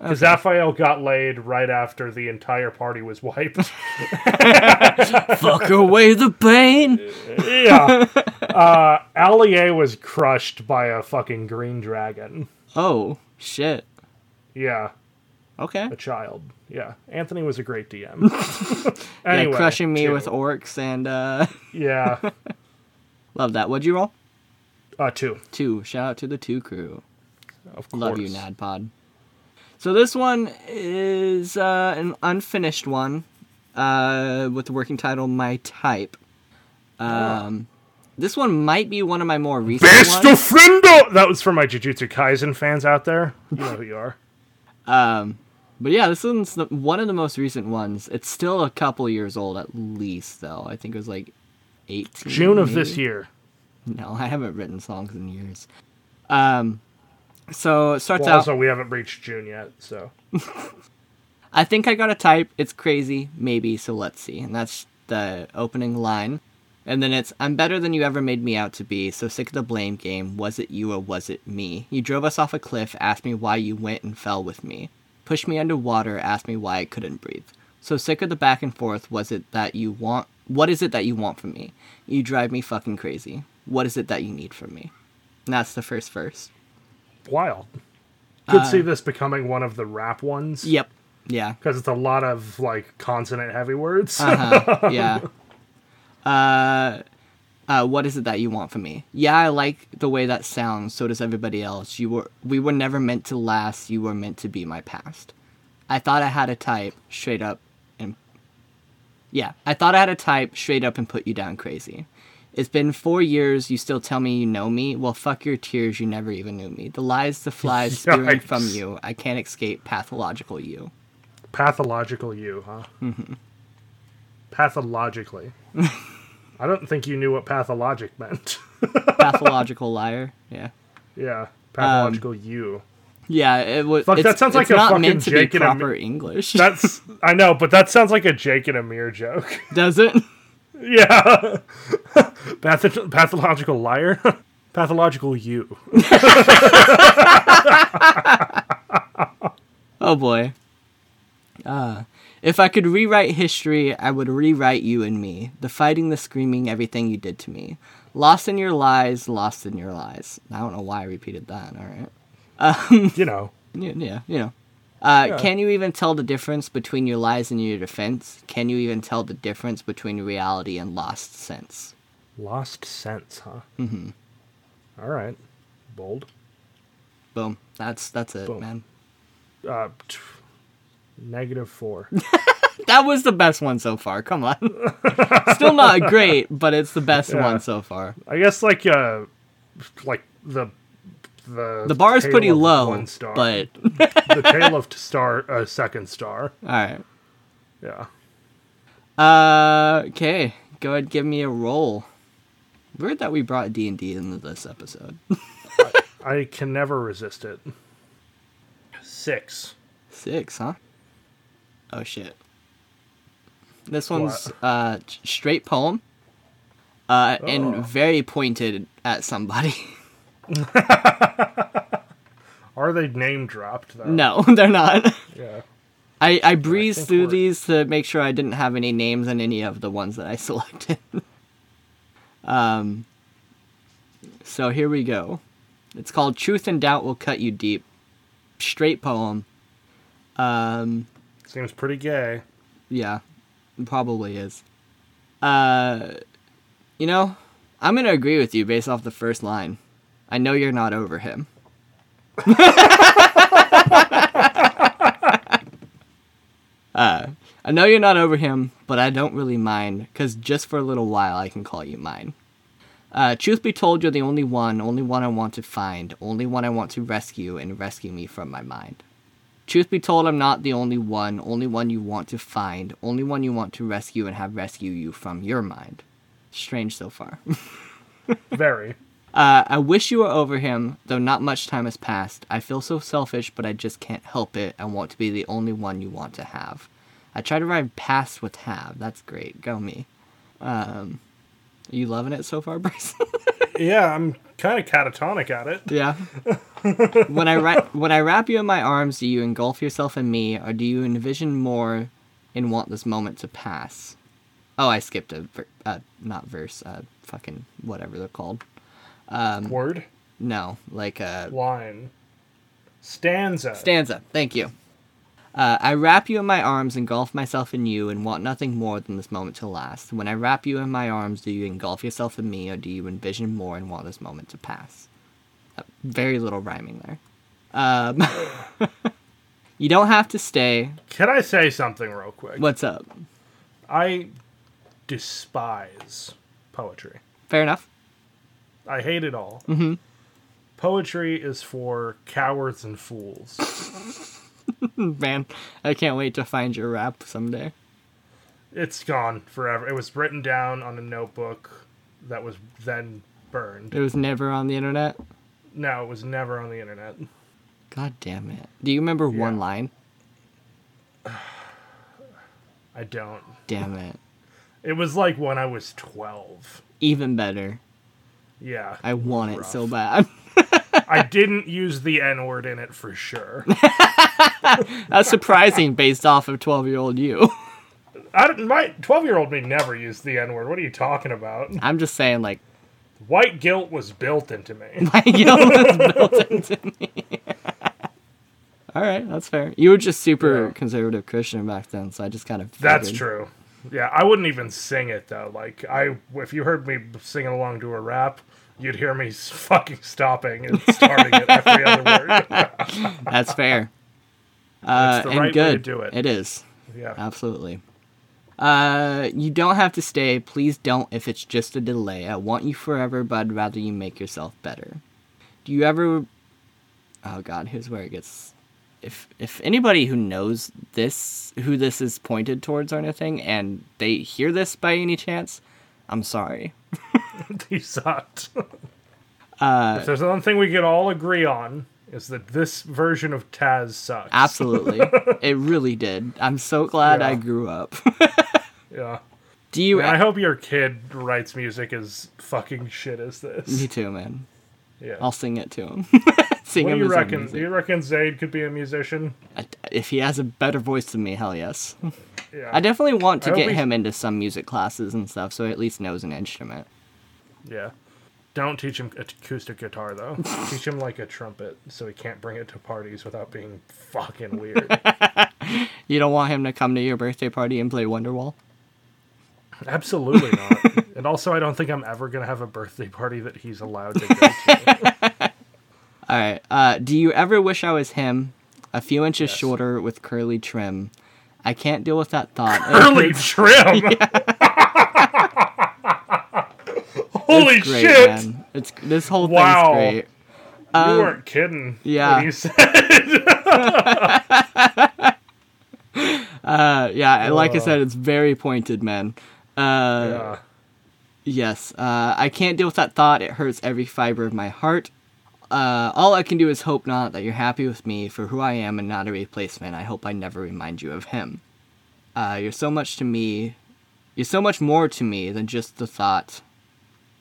B: Because Zaphael got laid right after the entire party was wiped.
A: Fuck away the pain.
B: yeah. Uh, Allier was crushed by a fucking green dragon.
A: Oh shit.
B: Yeah.
A: Okay.
B: A child. Yeah. Anthony was a great DM. anyway,
A: yeah, crushing me
B: too.
A: with orcs and uh
B: Yeah.
A: love that. What'd you roll?
B: Uh, two.
A: Two. Shout out to the two crew.
B: Of course.
A: Love you, Nadpod. So this one is uh, an unfinished one uh, with the working title "My Type." Um, This one might be one of my more recent
B: Best
A: ones.
B: of friendo! That was for my Jujutsu Kaisen fans out there. You know who you are.
A: But yeah, this one's the, one of the most recent ones. It's still a couple years old, at least, though. I think it was like 18.
B: June of this
A: maybe?
B: year.
A: No, I haven't written songs in years. Um, so it starts
B: Well,
A: out.
B: also, we haven't reached June yet, so.
A: I think I got a type. It's crazy, maybe. So let's see. And that's the opening line. And then it's I'm better than you ever made me out to be. So sick of the blame game. Was it you or was it me? You drove us off a cliff. Asked me why you went and fell with me. Pushed me underwater. Asked me why I couldn't breathe. So sick of the back and forth. Was it that you want? What is it that you want from me? You drive me fucking crazy. What is it that you need from me? And that's the first verse.
B: Wild. Could see this becoming one of the rap ones.
A: Yep. Uh, Yeah.
B: Because it's a lot of, like, consonant heavy words.
A: yeah. Uh, uh, what is it that you want from me? Yeah, I like the way that sounds. So does everybody else. You were, we were never meant to last. You were meant to be my past. I thought I had a type, straight up, and yeah, I thought I had a type, straight up, and put you down crazy. It's been four years. You still tell me you know me. Well, fuck your tears. You never even knew me. The lies, the flies spewing from
B: Yikes.
A: you. I can't escape pathological you.
B: Pathological you, huh? Pathologically. I don't think you knew what pathologic meant.
A: Pathological liar. Yeah.
B: yeah. Pathological you.
A: Yeah, it was.
B: Fuck,
A: it's,
B: that sounds
A: it's
B: like a
A: not
B: fucking
A: meant to
B: Jake
A: be
B: and a-
A: proper English.
B: That's. I know, but that sounds like a Jake and Amir joke.
A: Does it?
B: Yeah. Patho- pathological liar. pathological you.
A: Oh boy. Uh, if I could rewrite history, I would rewrite you and me. The fighting, the screaming, everything you did to me. Lost in your lies, lost in your lies. I don't know why I repeated that, alright?
B: You know.
A: Yeah, yeah, you know. Uh, Can you even tell the difference between your lies and your defense? Can you even tell the difference between reality and lost sense?
B: Lost sense, huh? Mm-hmm. All right. Bold.
A: Boom. That's that's it,
B: Boom.
A: man.
B: Uh, t- negative four.
A: That was the best one so far. Come on. Still not great, but it's the best
B: Yeah.
A: one so far.
B: I guess like uh, like the the
A: The bar is
B: tail
A: pretty
B: of
A: low,
B: one star.
A: but
B: the tail of star uh, second star.
A: all right.
B: Yeah.
A: Uh, okay. Go ahead, give me a roll. Weird that we brought D and D into this episode.
B: I can never resist it. Six.
A: Six, huh? Oh shit. This one's uh j- straight poem. Uh,
B: Oh.
A: and very pointed at somebody.
B: Are they name dropped though?
A: no, they're not.
B: Yeah.
A: I, I breezed
B: think
A: through
B: we're-
A: these to make sure I didn't have any names in any of the ones that I selected. um, so here we go. It's called Truth and Doubt Will Cut You Deep. Straight poem.
B: Seems pretty gay.
A: Yeah, it probably is. Uh, you know, I'm going to agree with you based off the first line. I know you're not over him. uh, I know you're not over him, but I don't really mind, because just for a little while I can call you mine. Uh, truth be told, you're the only one, only one I want to find, only one I want to rescue and rescue me from my mind. Truth be told, I'm not the only one, only one you want to find, only one you want to rescue and have rescue you from your mind. Strange so far.
B: Very.
A: uh, I wish you were over him, though not much time has passed. I feel so selfish, but I just can't help it. I want to be the only one you want to have. I try to rhyme past with have. That's great. Go me. Um, are you loving it so far, Bryce?
B: Yeah, I'm kind of catatonic at it.
A: Yeah. when I ra- when I wrap you in my arms, do you engulf yourself in me, or do you envision more and want this moment to pass? Oh, I skipped a ver- uh, not verse, uh, fucking whatever they're called. Mm.
B: Word.
A: No, like uh,
B: Line. Stanza.
A: stanza. Thank you. Uh, I wrap you in my arms, engulf myself in you, and want nothing more than this moment to last. When I wrap you in my arms, do you engulf yourself in me, or do you envision more and want this moment to pass? Uh, very little rhyming there. Um, you don't have to stay.
B: Can I say something real quick?
A: What's up?
B: I despise poetry.
A: Fair enough.
B: I hate it all. Mm-hmm. Poetry is for cowards and fools.
A: Man, I can't wait to find your rap someday.
B: it's gone forever. It was written down on a notebook that was then burned.
A: It was never on the internet.
B: No, it was never on the internet.
A: God damn it. Do you remember one
B: Yeah.
A: line?
B: I don't.
A: Damn it.
B: It was like when I was 12.
A: Even better.
B: Yeah.
A: I want it
B: Rough.
A: so bad.
B: I didn't use the N word in it for sure.
A: That's surprising based off of 12 year old you.
B: I didn't, my 12 year old me never used the N word. What are you talking about?
A: I'm just saying, like,
B: White guilt was built into me.
A: my guilt was built into me. All right, that's fair. You were just super
B: Yeah.
A: conservative Christian back then, so I just kind of.
B: That's
A: figured.
B: true. Yeah, I wouldn't even sing it though. Like I, if you heard me singing along to a rap, you'd hear me s- fucking stopping and starting at every other word.
A: That's fair. Uh,
B: the
A: and
B: right way to
A: good.
B: do it.
A: It is.
B: Yeah,
A: Absolutely. Uh, you don't have to stay. Please don't if it's just a delay. I want you forever, but I'd rather you make yourself better. Do you ever. Oh, God, here's where it gets. If, if anybody who knows this, who this is pointed towards or anything, and they hear this by any chance, I'm sorry.
B: he sucked.
A: Uh,
B: if there's one thing we can all agree on, is that this version of Taz sucks.
A: Absolutely. it really did. I'm so glad I
B: Yeah.
A: grew up.
B: Yeah.
A: Do you?
B: Man, I hope your kid writes music as fucking shit as
A: Me
B: this.
A: too, man.
B: Yeah.
A: I'll sing it to him. sing
B: What do
A: him
B: you
A: his own
B: reckon? Do
A: music.
B: you reckon Zayd could be a musician?
A: I- If he has a better voice than me, hell yes.
B: Yeah.
A: I definitely want to
B: I hope
A: get
B: he's-
A: him into some music classes and stuff, so he at least knows an instrument.
B: Yeah. Don't teach him acoustic guitar though. teach him like a trumpet, so he can't bring it to parties without being fucking weird.
A: You don't want him to come to your birthday party and play Wonderwall.
B: Absolutely not. and also, I don't think I'm ever gonna have a birthday party that he's allowed to go to.
A: All right. Uh, do you ever wish I was him? A few inches shorter with curly trim. I can't deal with that thought.
B: Early trim. Holy
A: It's great,
B: shit!
A: man. It's this whole
B: Wow.
A: thing's great.
B: you weren't kidding.
A: yeah.
B: When you said,
A: Uh, yeah, and like I said, it's very pointed, man. Uh,
B: uh,
A: Yes. Uh, I can't deal with that thought. It hurts every fiber of my heart. Uh, all I can do is hope not that you're happy with me for who I am and not a replacement. I hope I never remind you of him. Uh, you're so much to me. You're so much more to me than just the thought.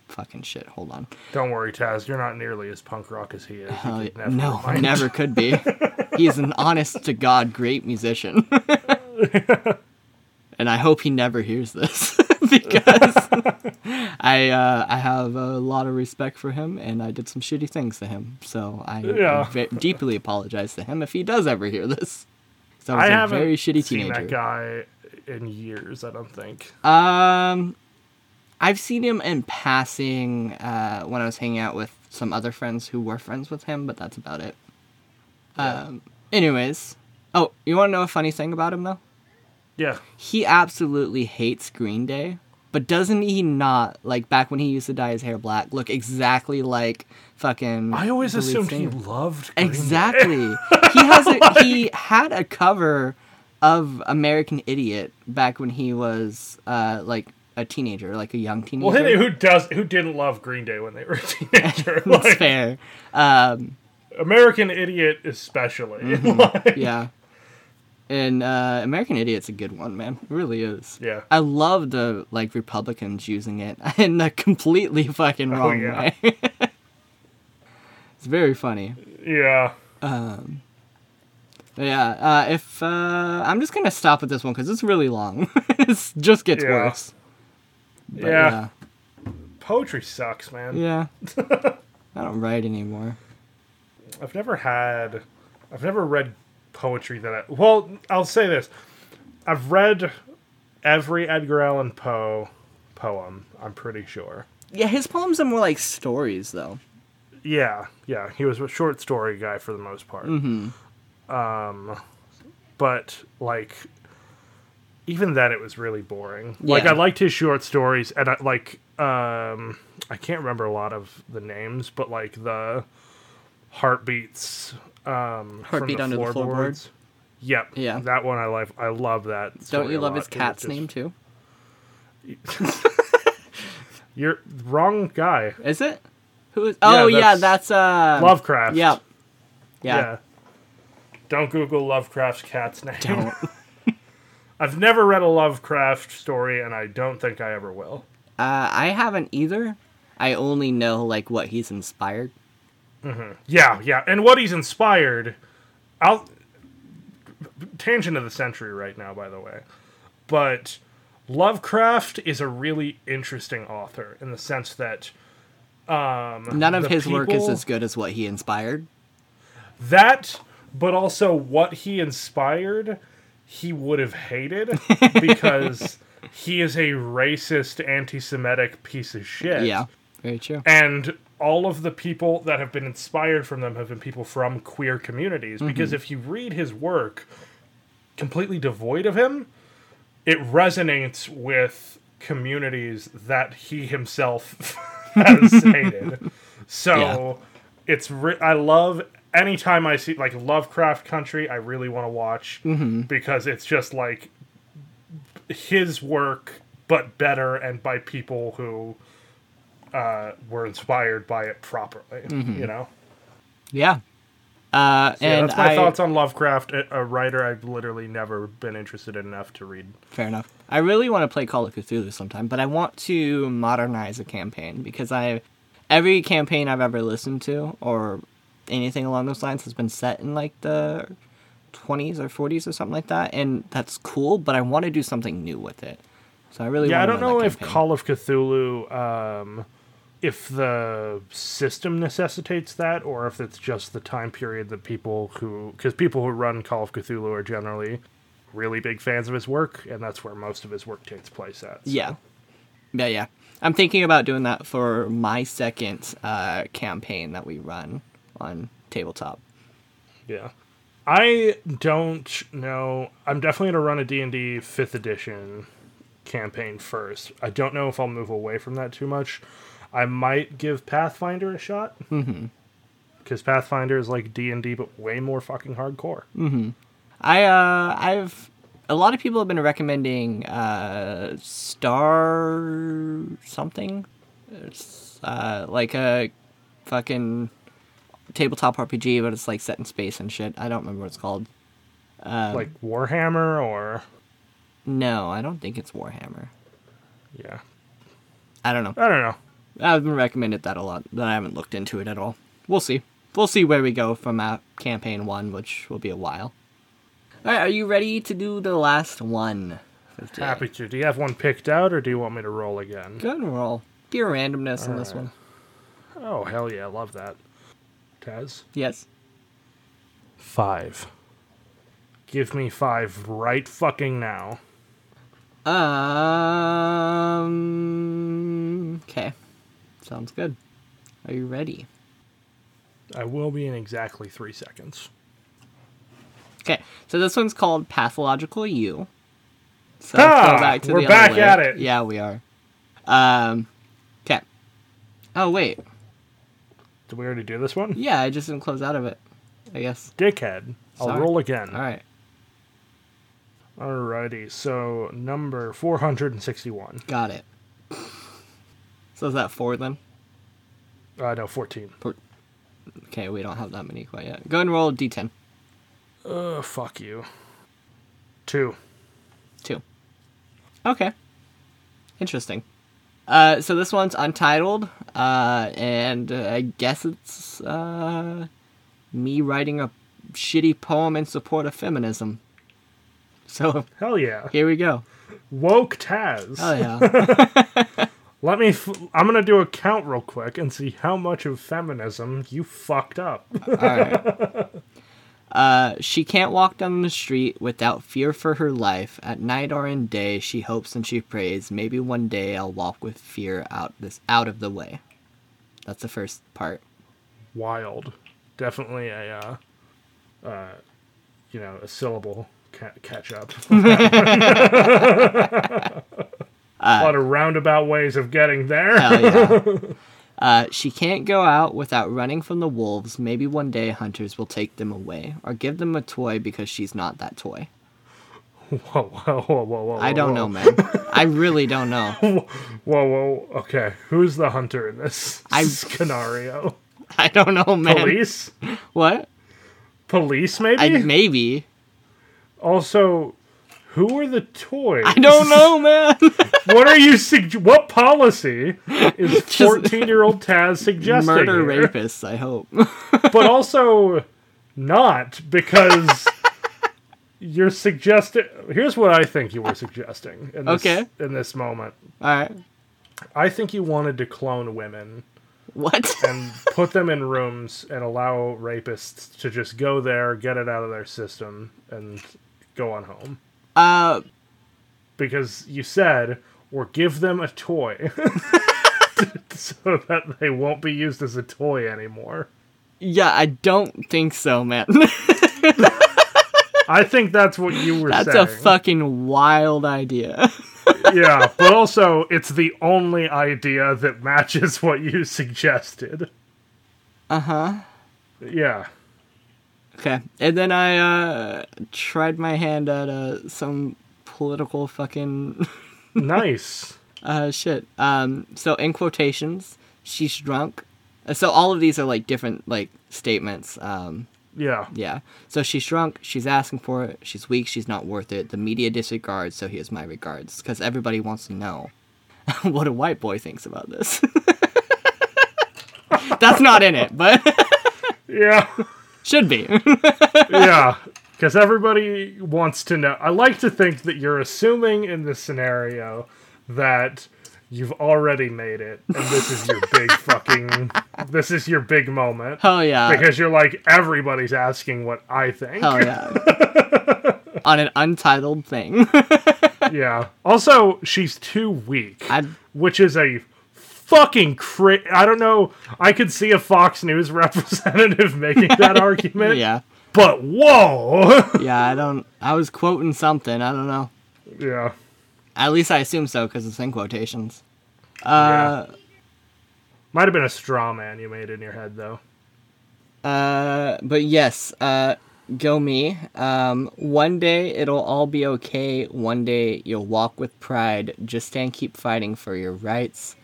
A: Fucking shit. Hold on.
B: don't worry, Taz. You're not nearly as punk rock as he is. You
A: Uh,
B: could never
A: no,
B: remind-
A: never could be. He's an honest to God great musician. and I hope he never hears this because I uh, I have a lot of respect for him and I did some shitty things to him. So I
B: Yeah.
A: ve- deeply apologize to him if he does ever hear this. So I
B: I
A: was a
B: haven't
A: very shitty
B: seen that
A: teenager.
B: guy in years. I don't think.
A: Um I've seen him in passing uh, when I was hanging out with some other friends who were friends with him, but that's about it. Um, Anyways, oh, you want to know a funny thing about him though?
B: yeah.
A: He absolutely hates Green Day, but doesn't he not like back when he used to dye his hair black, look exactly like fucking?
B: I always
A: the lead
B: assumed he
A: singer?
B: loved Green Day.
A: Exactly. he has a, he had a cover of American Idiot back when he was uh like a teenager, like a young teenager.
B: Well, who does who didn't love Green Day when they were a teenager?
A: That's
B: Like,
A: fair. Um,
B: American Idiot, especially.
A: Mm-hmm.
B: Like,
A: yeah. And uh, American Idiot's a good one, man. It really is.
B: Yeah.
A: I love the like Republicans using it in a completely fucking wrong
B: Oh, yeah.
A: way. it's very funny.
B: yeah.
A: But yeah. Uh, if uh, I'm just gonna stop at this one because it's really long. it just gets
B: Yeah.
A: worse. But,
B: yeah. Poetry sucks, man.
A: Yeah. yeah. I don't write anymore.
B: I've never had, I've never read poetry that I, well, I'll say this. I've read every Edgar Allan Poe poem, I'm pretty sure.
A: Yeah, his poems are more like stories, though.
B: Yeah, yeah. He was a short story guy for the most part. Um,
A: Mm-hmm.
B: but like, even then, it was really boring. Like,
A: Yeah.
B: I liked his short stories, and I like, um, I can't remember a lot of the names, but like the heartbeats, um, from
A: Heartbeat Under the Floorboard?
B: floorboards. Yep.
A: Yeah.
B: That one I love. I love that.
A: Don't
B: story
A: you
B: a
A: love
B: lot.
A: his
B: It was
A: cat's
B: just-
A: name too?
B: You're wrong guy.
A: Is it? Who is? Oh yeah, that's,
B: that's-
A: uh.
B: Lovecraft.
A: Yep. Yeah.
B: Yeah. Don't Google Lovecraft's cat's name.
A: Don't.
B: I've never read a Lovecraft story, and I don't think I ever will.
A: Uh, I haven't either. I only know like what he's inspired.
B: Yeah, yeah. And what he's inspired, I'll tangent of the century right now, by the way. But Lovecraft is a really interesting author in the sense that
A: None of
B: The
A: his work is
B: people-
A: as good as what he inspired.
B: that, but also what he inspired, he would have hated because he is a racist, anti-Semitic piece of shit.
A: Yeah, very true.
B: and all of the people that have been inspired from them have been people from queer communities because if you read his work completely devoid of him it resonates with communities that he himself has hated so it's re- i love anytime i see like lovecraft country i really want to watch because it's just like his work but better and by people who uh, were inspired by it properly you know
A: Yeah, Uh,
B: Yeah,
A: Mm-hmm. and
B: that's my
A: I,
B: thoughts on Lovecraft, a a writer I've literally never been interested in enough to read.
A: Fair enough. I really want to play Call of Cthulhu sometime, but I want to modernize a campaign because I every campaign I've ever listened to or anything along those lines has been set in like the 20s or 40s or something like that, and that's cool. But I want to do something new with it. So I really
B: Yeah, I
A: wanna
B: don't
A: run that
B: know if
A: campaign.
B: Call of Cthulhu, um, if the system necessitates that, or if it's just the time period that people who, because people who run Call of Cthulhu are generally really big fans of his work, and that's where most of his work takes place at. so-
A: Yeah. Yeah, yeah. I'm thinking about doing that for my second uh, campaign that we run on tabletop.
B: Yeah. I don't know. I'm definitely going to run a D&D 5th edition campaign first. I don't know if I'll move away from that too much. I might give Pathfinder a shot. Mm-hmm. Because Pathfinder is like D&D, but way more fucking hardcore.
A: I uh, I've a lot of people have been recommending uh, Star something, it's, uh, like a fucking tabletop RPG, but it's like set in space and shit. I don't remember what it's called.
B: like Warhammer or...
A: No, I don't think it's Warhammer.
B: Yeah.
A: I don't know.
B: I don't know.
A: I've been recommended that a lot, but I haven't looked into it at all. We'll see. We'll see where we go from uh, campaign one, which will be a while. All right, are you ready to do the last one? for today?
B: Happy to. Do you have one picked out or do you want me to roll again?
A: Good roll. Pure randomness in this one.
B: Oh, hell yeah. I love that. Taz?
A: Yes.
B: Five. Give me five right fucking now.
A: Um. Okay. Sounds good. Are you ready?
B: I will be in exactly three seconds.
A: Okay. So this one's called Pathological You. So
B: Ah,
A: let's go back to
B: we're
A: the
B: back
A: other
B: at
A: lyric.
B: it.
A: Yeah, we are. Um. Okay. Oh wait.
B: Did we already do this one?
A: Yeah, I just didn't close out of it. I guess.
B: Dickhead. I'll
A: Sorry.
B: roll again.
A: All right.
B: Alrighty, so number 461.
A: Got it. So is that four then?
B: Uh, no, 14.
A: Okay, we don't have that many quite yet. Go and roll a d10.
B: Uh, fuck you. Two.
A: Two. Okay. Interesting. Uh, so this one's untitled, uh, and uh, I guess it's uh, me writing a shitty poem in support of feminism. So
B: Hell yeah.
A: here we go.
B: Woke Taz.
A: Oh yeah.
B: Let me. F- I'm gonna do a count real quick and see how much of feminism you fucked up.
A: Uh, she can't walk down the street without fear for her life. At night or in day, she hopes and she prays. Maybe one day I'll walk with fear out this out of the way. That's the first part.
B: Wild. Definitely a, uh, uh, you know, a syllable ca- catch up. a lot of roundabout ways of getting there.
A: Hell Uh, Oh, yeah. Uh, she can't go out without running from the wolves. Maybe one day hunters will take them away or give them a toy because she's not that toy.
B: Whoa, whoa, whoa, whoa, whoa.
A: I don't know,
B: whoa.
A: man. I really don't know.
B: Whoa, whoa. Okay, who's the hunter in this
A: I-
B: scenario?
A: I don't know, man.
B: Police?
A: What?
B: Police, maybe?
A: I, maybe.
B: also, who are the toys?
A: I don't know, man.
B: What are you sug- What policy is fourteen-year-old Taz suggesting?
A: Murder
B: here?
A: rapists, I hope.
B: but also not because you're suggesting. Here's what I think you were suggesting. In this,
A: Okay.
B: In this moment,
A: Alright.
B: I think you wanted to clone women
A: What?
B: and put them in rooms and allow rapists to just go there, get it out of their system, and go on home.
A: Uh,
B: Because you said, or give them a toy so that they won't be used as a toy anymore.
A: yeah, I don't think so, man.
B: I think that's what you were
A: That's
B: saying.
A: a fucking wild idea.
B: Yeah, but also, it's the only idea that matches what you suggested. Uh huh. Yeah.
A: Okay, and then I uh, tried my hand at uh, some political fucking
B: Nice.
A: uh, shit. Um, so in quotations, she's drunk. Uh, So all of these are like different like statements. Um,
B: Yeah.
A: Yeah. So she's drunk. She's asking for it. She's weak. She's not worth it. The media disregards. So here's my regards, because everybody wants to know what a white boy thinks about this. That's not in it, but
B: Yeah.
A: should be.
B: yeah. Because everybody wants to know. I like to think that you're assuming in this scenario that you've already made it, and this is your big fucking. This is your big moment.
A: oh yeah.
B: Because you're like, everybody's asking what I think.
A: oh yeah. On an untitled thing.
B: Yeah. Also, she's too weak,
A: I
B: which is a fucking crit. I don't know. I could see a Fox News representative making that argument.
A: yeah.
B: But whoa.
A: Yeah, I don't I was quoting something, I don't know.
B: yeah.
A: At least I assume so cuz it's in quotations.
B: Uh, Might have been a straw man you made in your head, though.
A: Uh, but yes, uh, go me. Um, one day it'll all be okay. One day you'll walk with pride. Just stand, keep fighting for your rights.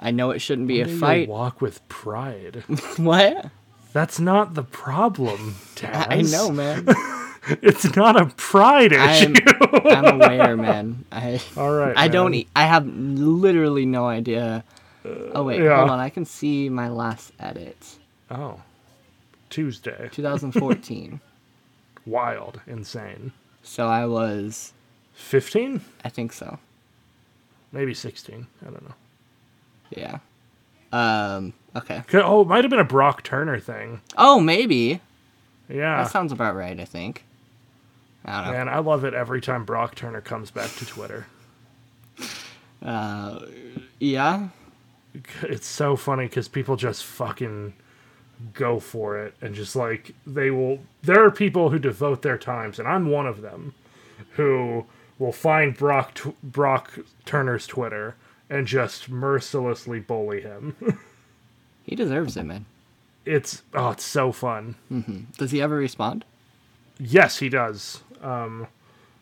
A: I know it shouldn't be a fight.
B: walk with pride.
A: What?
B: That's not the problem, Taz.
A: I know, man.
B: It's not a pride
A: I'm,
B: issue.
A: I'm aware, man. I
B: All right.
A: I don't.
B: man. Uh,
A: e- I have literally no idea. Oh wait,
B: yeah.
A: hold on. I can see my last edit,
B: Oh. Tuesday.
A: 2014.
B: Wild. Insane.
A: so I was,
B: 15?
A: I think so.
B: Maybe 16. I don't know.
A: Yeah. Um. Okay.
B: Could- Oh, it might have been a Brock Turner thing.
A: Oh, maybe.
B: Yeah.
A: That sounds about right, I think. I don't know.
B: Man, I love it every time Brock Turner comes back to Twitter.
A: Yeah.
B: It's so funny because people just fucking go for it and just like they will. There are people who devote their times, and I'm one of them, who will find Brock t- Brock Turner's Twitter and just mercilessly bully him.
A: He deserves it, man.
B: it's oh, it's so fun.
A: Does he ever respond?
B: Yes, he does. Um,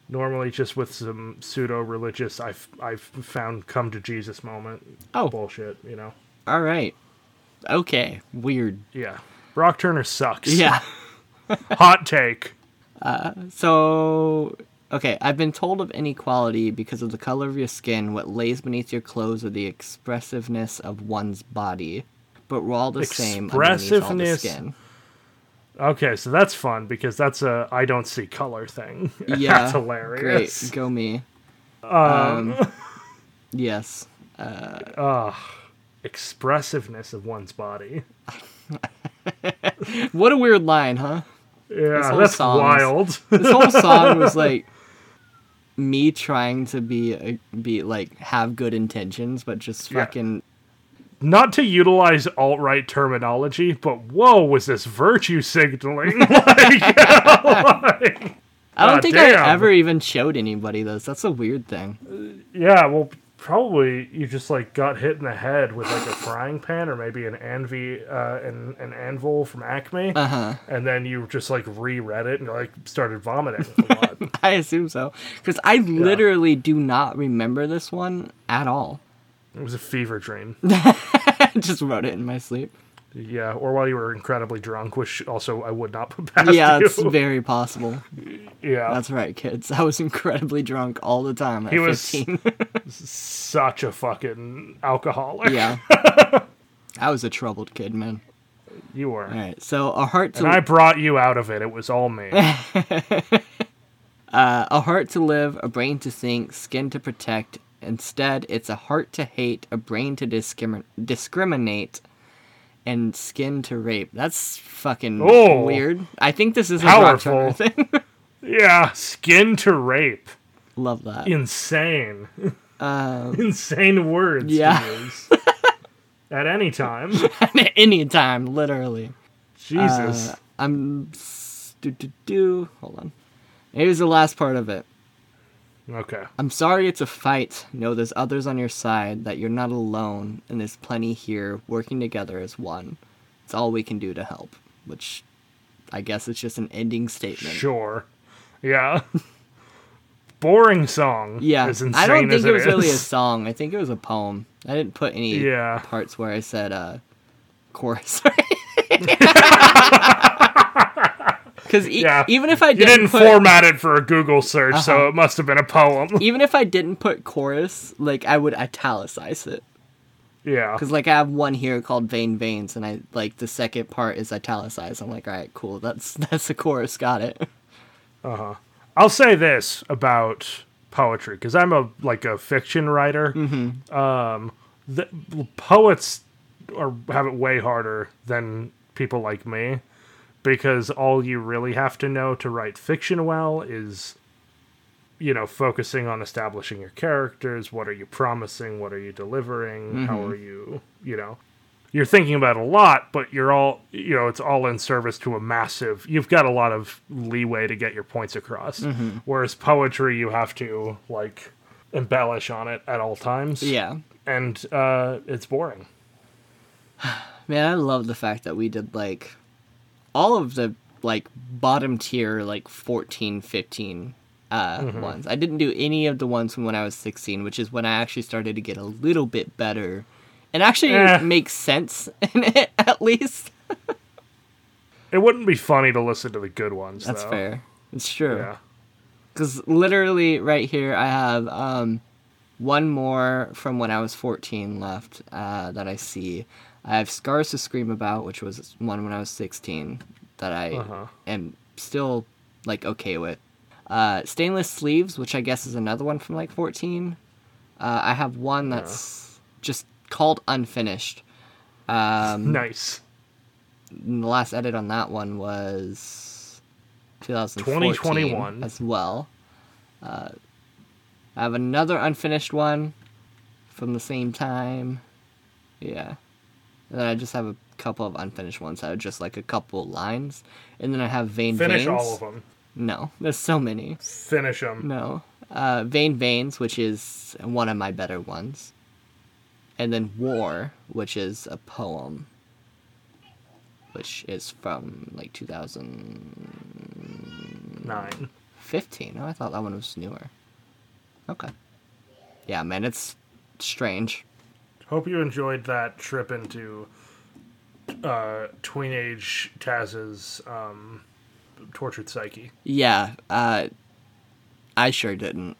B: normally, just with some pseudo religious, I've I've found come to Jesus moment.
A: Oh.
B: bullshit, you know.
A: All right. Okay. Weird.
B: Yeah, Brock Turner sucks.
A: Yeah.
B: hot take.
A: So, okay. I've been told of inequality because of the color of your skin, what lays beneath your clothes, or the expressiveness of one's body. But we're all the same underneath all the
B: Expressiveness.
A: skin.
B: Okay, so that's fun because that's a I don't see color thing.
A: Yeah.
B: that's hilarious. Um.
A: Great. Go me. Um. yes.
B: Expressiveness of one's body.
A: What a weird line, huh?
B: Yeah,
A: whole
B: that's
A: song's-
B: wild.
A: this whole song was like me trying to be a, be like have good intentions but just
B: Yeah.
A: fucking
B: Not to utilize alt right terminology, but whoa, was this virtue signaling? like,
A: i don't
B: Ah,
A: think
B: damn.
A: i ever even showed anybody this that's a weird thing
B: Yeah, well, probably you just like got hit in the head with like a frying pan or maybe an anvy, uh, an, an anvil from Acme,
A: Uh-huh.
B: and then you just like reread it and like started vomiting. A lot.
A: i assume so because i literally do not remember this one at all
B: it was a fever dream.
A: i just wrote it in my sleep
B: Yeah, or while you were incredibly drunk, which also I would not put past
A: yeah
B: you.
A: it's very possible
B: yeah,
A: that's right kids i was incredibly drunk all the time at
B: he was
A: 15
B: such a fucking alcoholic.
A: yeah i was a troubled kid man
B: you were.
A: all right so a heart to
B: And I brought you out of it. It was all me.
A: A heart to live, a brain to think, skin to protect. Instead, it's a heart to hate, a brain to discrimin- discriminate, and skin to rape. That's fucking
B: Oh.
A: weird. I think this is a Brock Turner
B: Powerful.
A: thing.
B: yeah, skin to rape.
A: Love that.
B: insane, insane words
A: Uh, yeah. Uh,
B: to use at any time.
A: Anytime, literally.
B: Jesus,
A: I'm. Do, do, do. Hold on. Here's the last part of it.
B: okay,
A: I'm sorry it's a fight. Know there's others on your side, that you're not alone, and there's plenty here working together as one. It's all we can do to help. Which I guess it's just an ending statement.
B: sure, yeah. Boring song.
A: Yeah.
B: as insane
A: I don't
B: as
A: think it was really a
B: is.
A: song. I think it was a poem. I didn't put any
B: Yeah.
A: parts where I said uh chorus. Because e-
B: Yeah.
A: even if I
B: You
A: didn't,
B: didn't
A: put,
B: format it for a Google search, so it must have been a poem.
A: even if I didn't put chorus, like I would italicize it.
B: yeah.
A: Because like I have one here called "Vein Veins," and I like the second part is italicized. I'm like, all right, cool. That's that's the chorus. Got it.
B: I'll say this about poetry because I'm a like a fiction writer. Um, the poets are have it way harder than people like me because all you really have to know to write fiction well is you know focusing on establishing your characters what are you promising what are you delivering how are you you know you're thinking about a lot, but you're all you know, it's all in service to a massive you've got a lot of leeway to get your points across. Whereas poetry you have to like embellish on it at all times.
A: Yeah,
B: And uh it's boring.
A: man, I love the fact that we did like all of the like bottom tier like 14, 15 uh, ones. I didn't do any of the ones from when I was sixteen, which is when I actually started to get a little bit better, and actually
B: Eh.
A: makes sense in it at least.
B: It wouldn't be funny to listen to the good ones
A: That's
B: though.
A: fair. It's true.
B: Yeah.
A: Because literally right here, I have um, one more from when I was 14 left uh, that I see. I have Scars to Scream About, which was one when I was 16 that I
B: Uh-huh.
A: am still like okay with. Uh, Stainless Sleeves, which I guess is another one from like 14. Uh, I have one that's just called Unfinished. Um,
B: nice.
A: And the last edit on that one was 2014
B: 2021.
A: as well. Uh, I have another unfinished one from the same time. Yeah. And then I just have a couple of unfinished ones that are just like a couple lines. And then I have Vein
B: Finish
A: Veins.
B: all of them.
A: No, there's so many.
B: Finish them.
A: No. Uh, Vain Veins, which is one of my better ones. And then War, which is a poem. Which is from like 2015.
B: Nine.
A: Oh, I thought that one was newer. Okay. Yeah, man, it's strange.
B: Hope you enjoyed that trip into uh teenage Taz's um tortured psyche.
A: Yeah, uh, I sure didn't.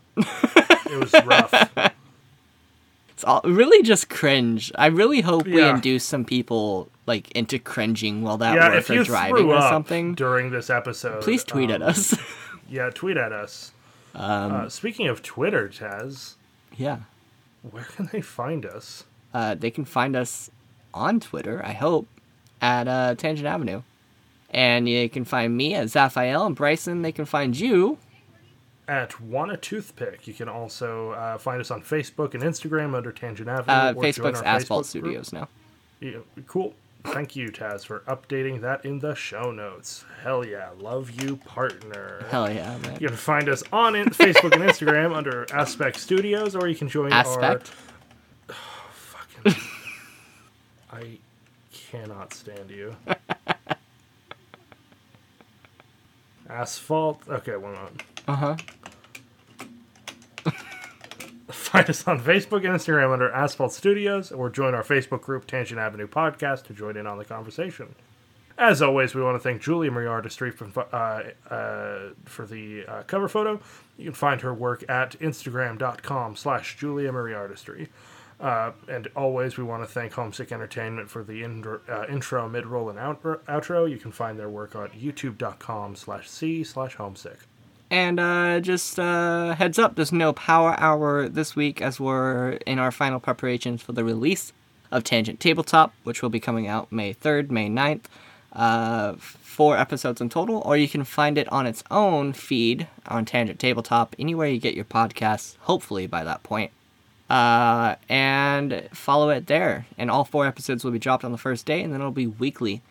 B: It was rough.
A: It's all really just cringe. I really hope we
B: Yeah.
A: induce some people like into cringing while that
B: yeah,
A: work
B: if you
A: or driving
B: threw
A: or
B: up
A: something.
B: during this episode,
A: Please tweet at
B: um,
A: us. Um,
B: Yeah, tweet at us. uh, speaking of Twitter, Taz,
A: yeah.
B: where can they find us?
A: uh, they can find us on Twitter, I hope, at uh, Tangent Avenue. And they can find me at Zaphael and Bryson. They can find you.
B: At Wanna Toothpick. You can also uh, find us on Facebook and Instagram under Tangent Avenue.
A: Uh,
B: or join
A: Facebook's
B: our
A: Asphalt
B: Facebook
A: Studios now.
B: group. Yeah, cool. Thank you, Taz, for updating that in the show notes. Hell yeah. Love you, partner.
A: Hell yeah, man.
B: You can find us on in- Facebook and Instagram under Aspect Studios, or you can join
A: Aspect.
B: our. Fucking... I cannot stand you. Asphalt. Okay, one moment.
A: Uh huh.
B: Find us on Facebook and Instagram under Asphalt Studios, or join our Facebook group Tangent Avenue Podcast to join in on the conversation. As always, we want to thank Julia Marie Artistry for, uh, uh, for the uh, cover photo. You can find her work at instagram.com slash Julia Marie Artistry. Uh, and always, we want to thank Homesick Entertainment for the indro, uh, intro, mid-roll, and outro, outro. You can find their work on youtube.com slash c slash homesick.
A: And uh, just uh, heads up, there's no power hour this week as we're in our final preparations for the release of Tangent Tabletop, which will be coming out May 3rd, May 9th. Uh, four episodes in total, or you can find it on its own feed on Tangent Tabletop, anywhere you get your podcasts, hopefully by that point. Uh, and follow it there. And all four episodes will be dropped on the first day, and then it'll be weekly.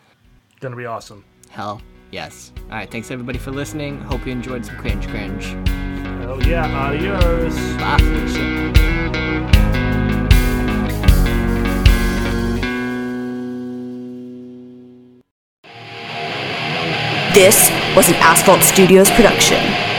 B: Gonna be awesome.
A: Hell yes. All right, thanks everybody for listening. Hope you enjoyed some cringe cringe.
B: Hell yeah, adios!
A: Bye. Shit.
C: This was an Asphalt Studios production.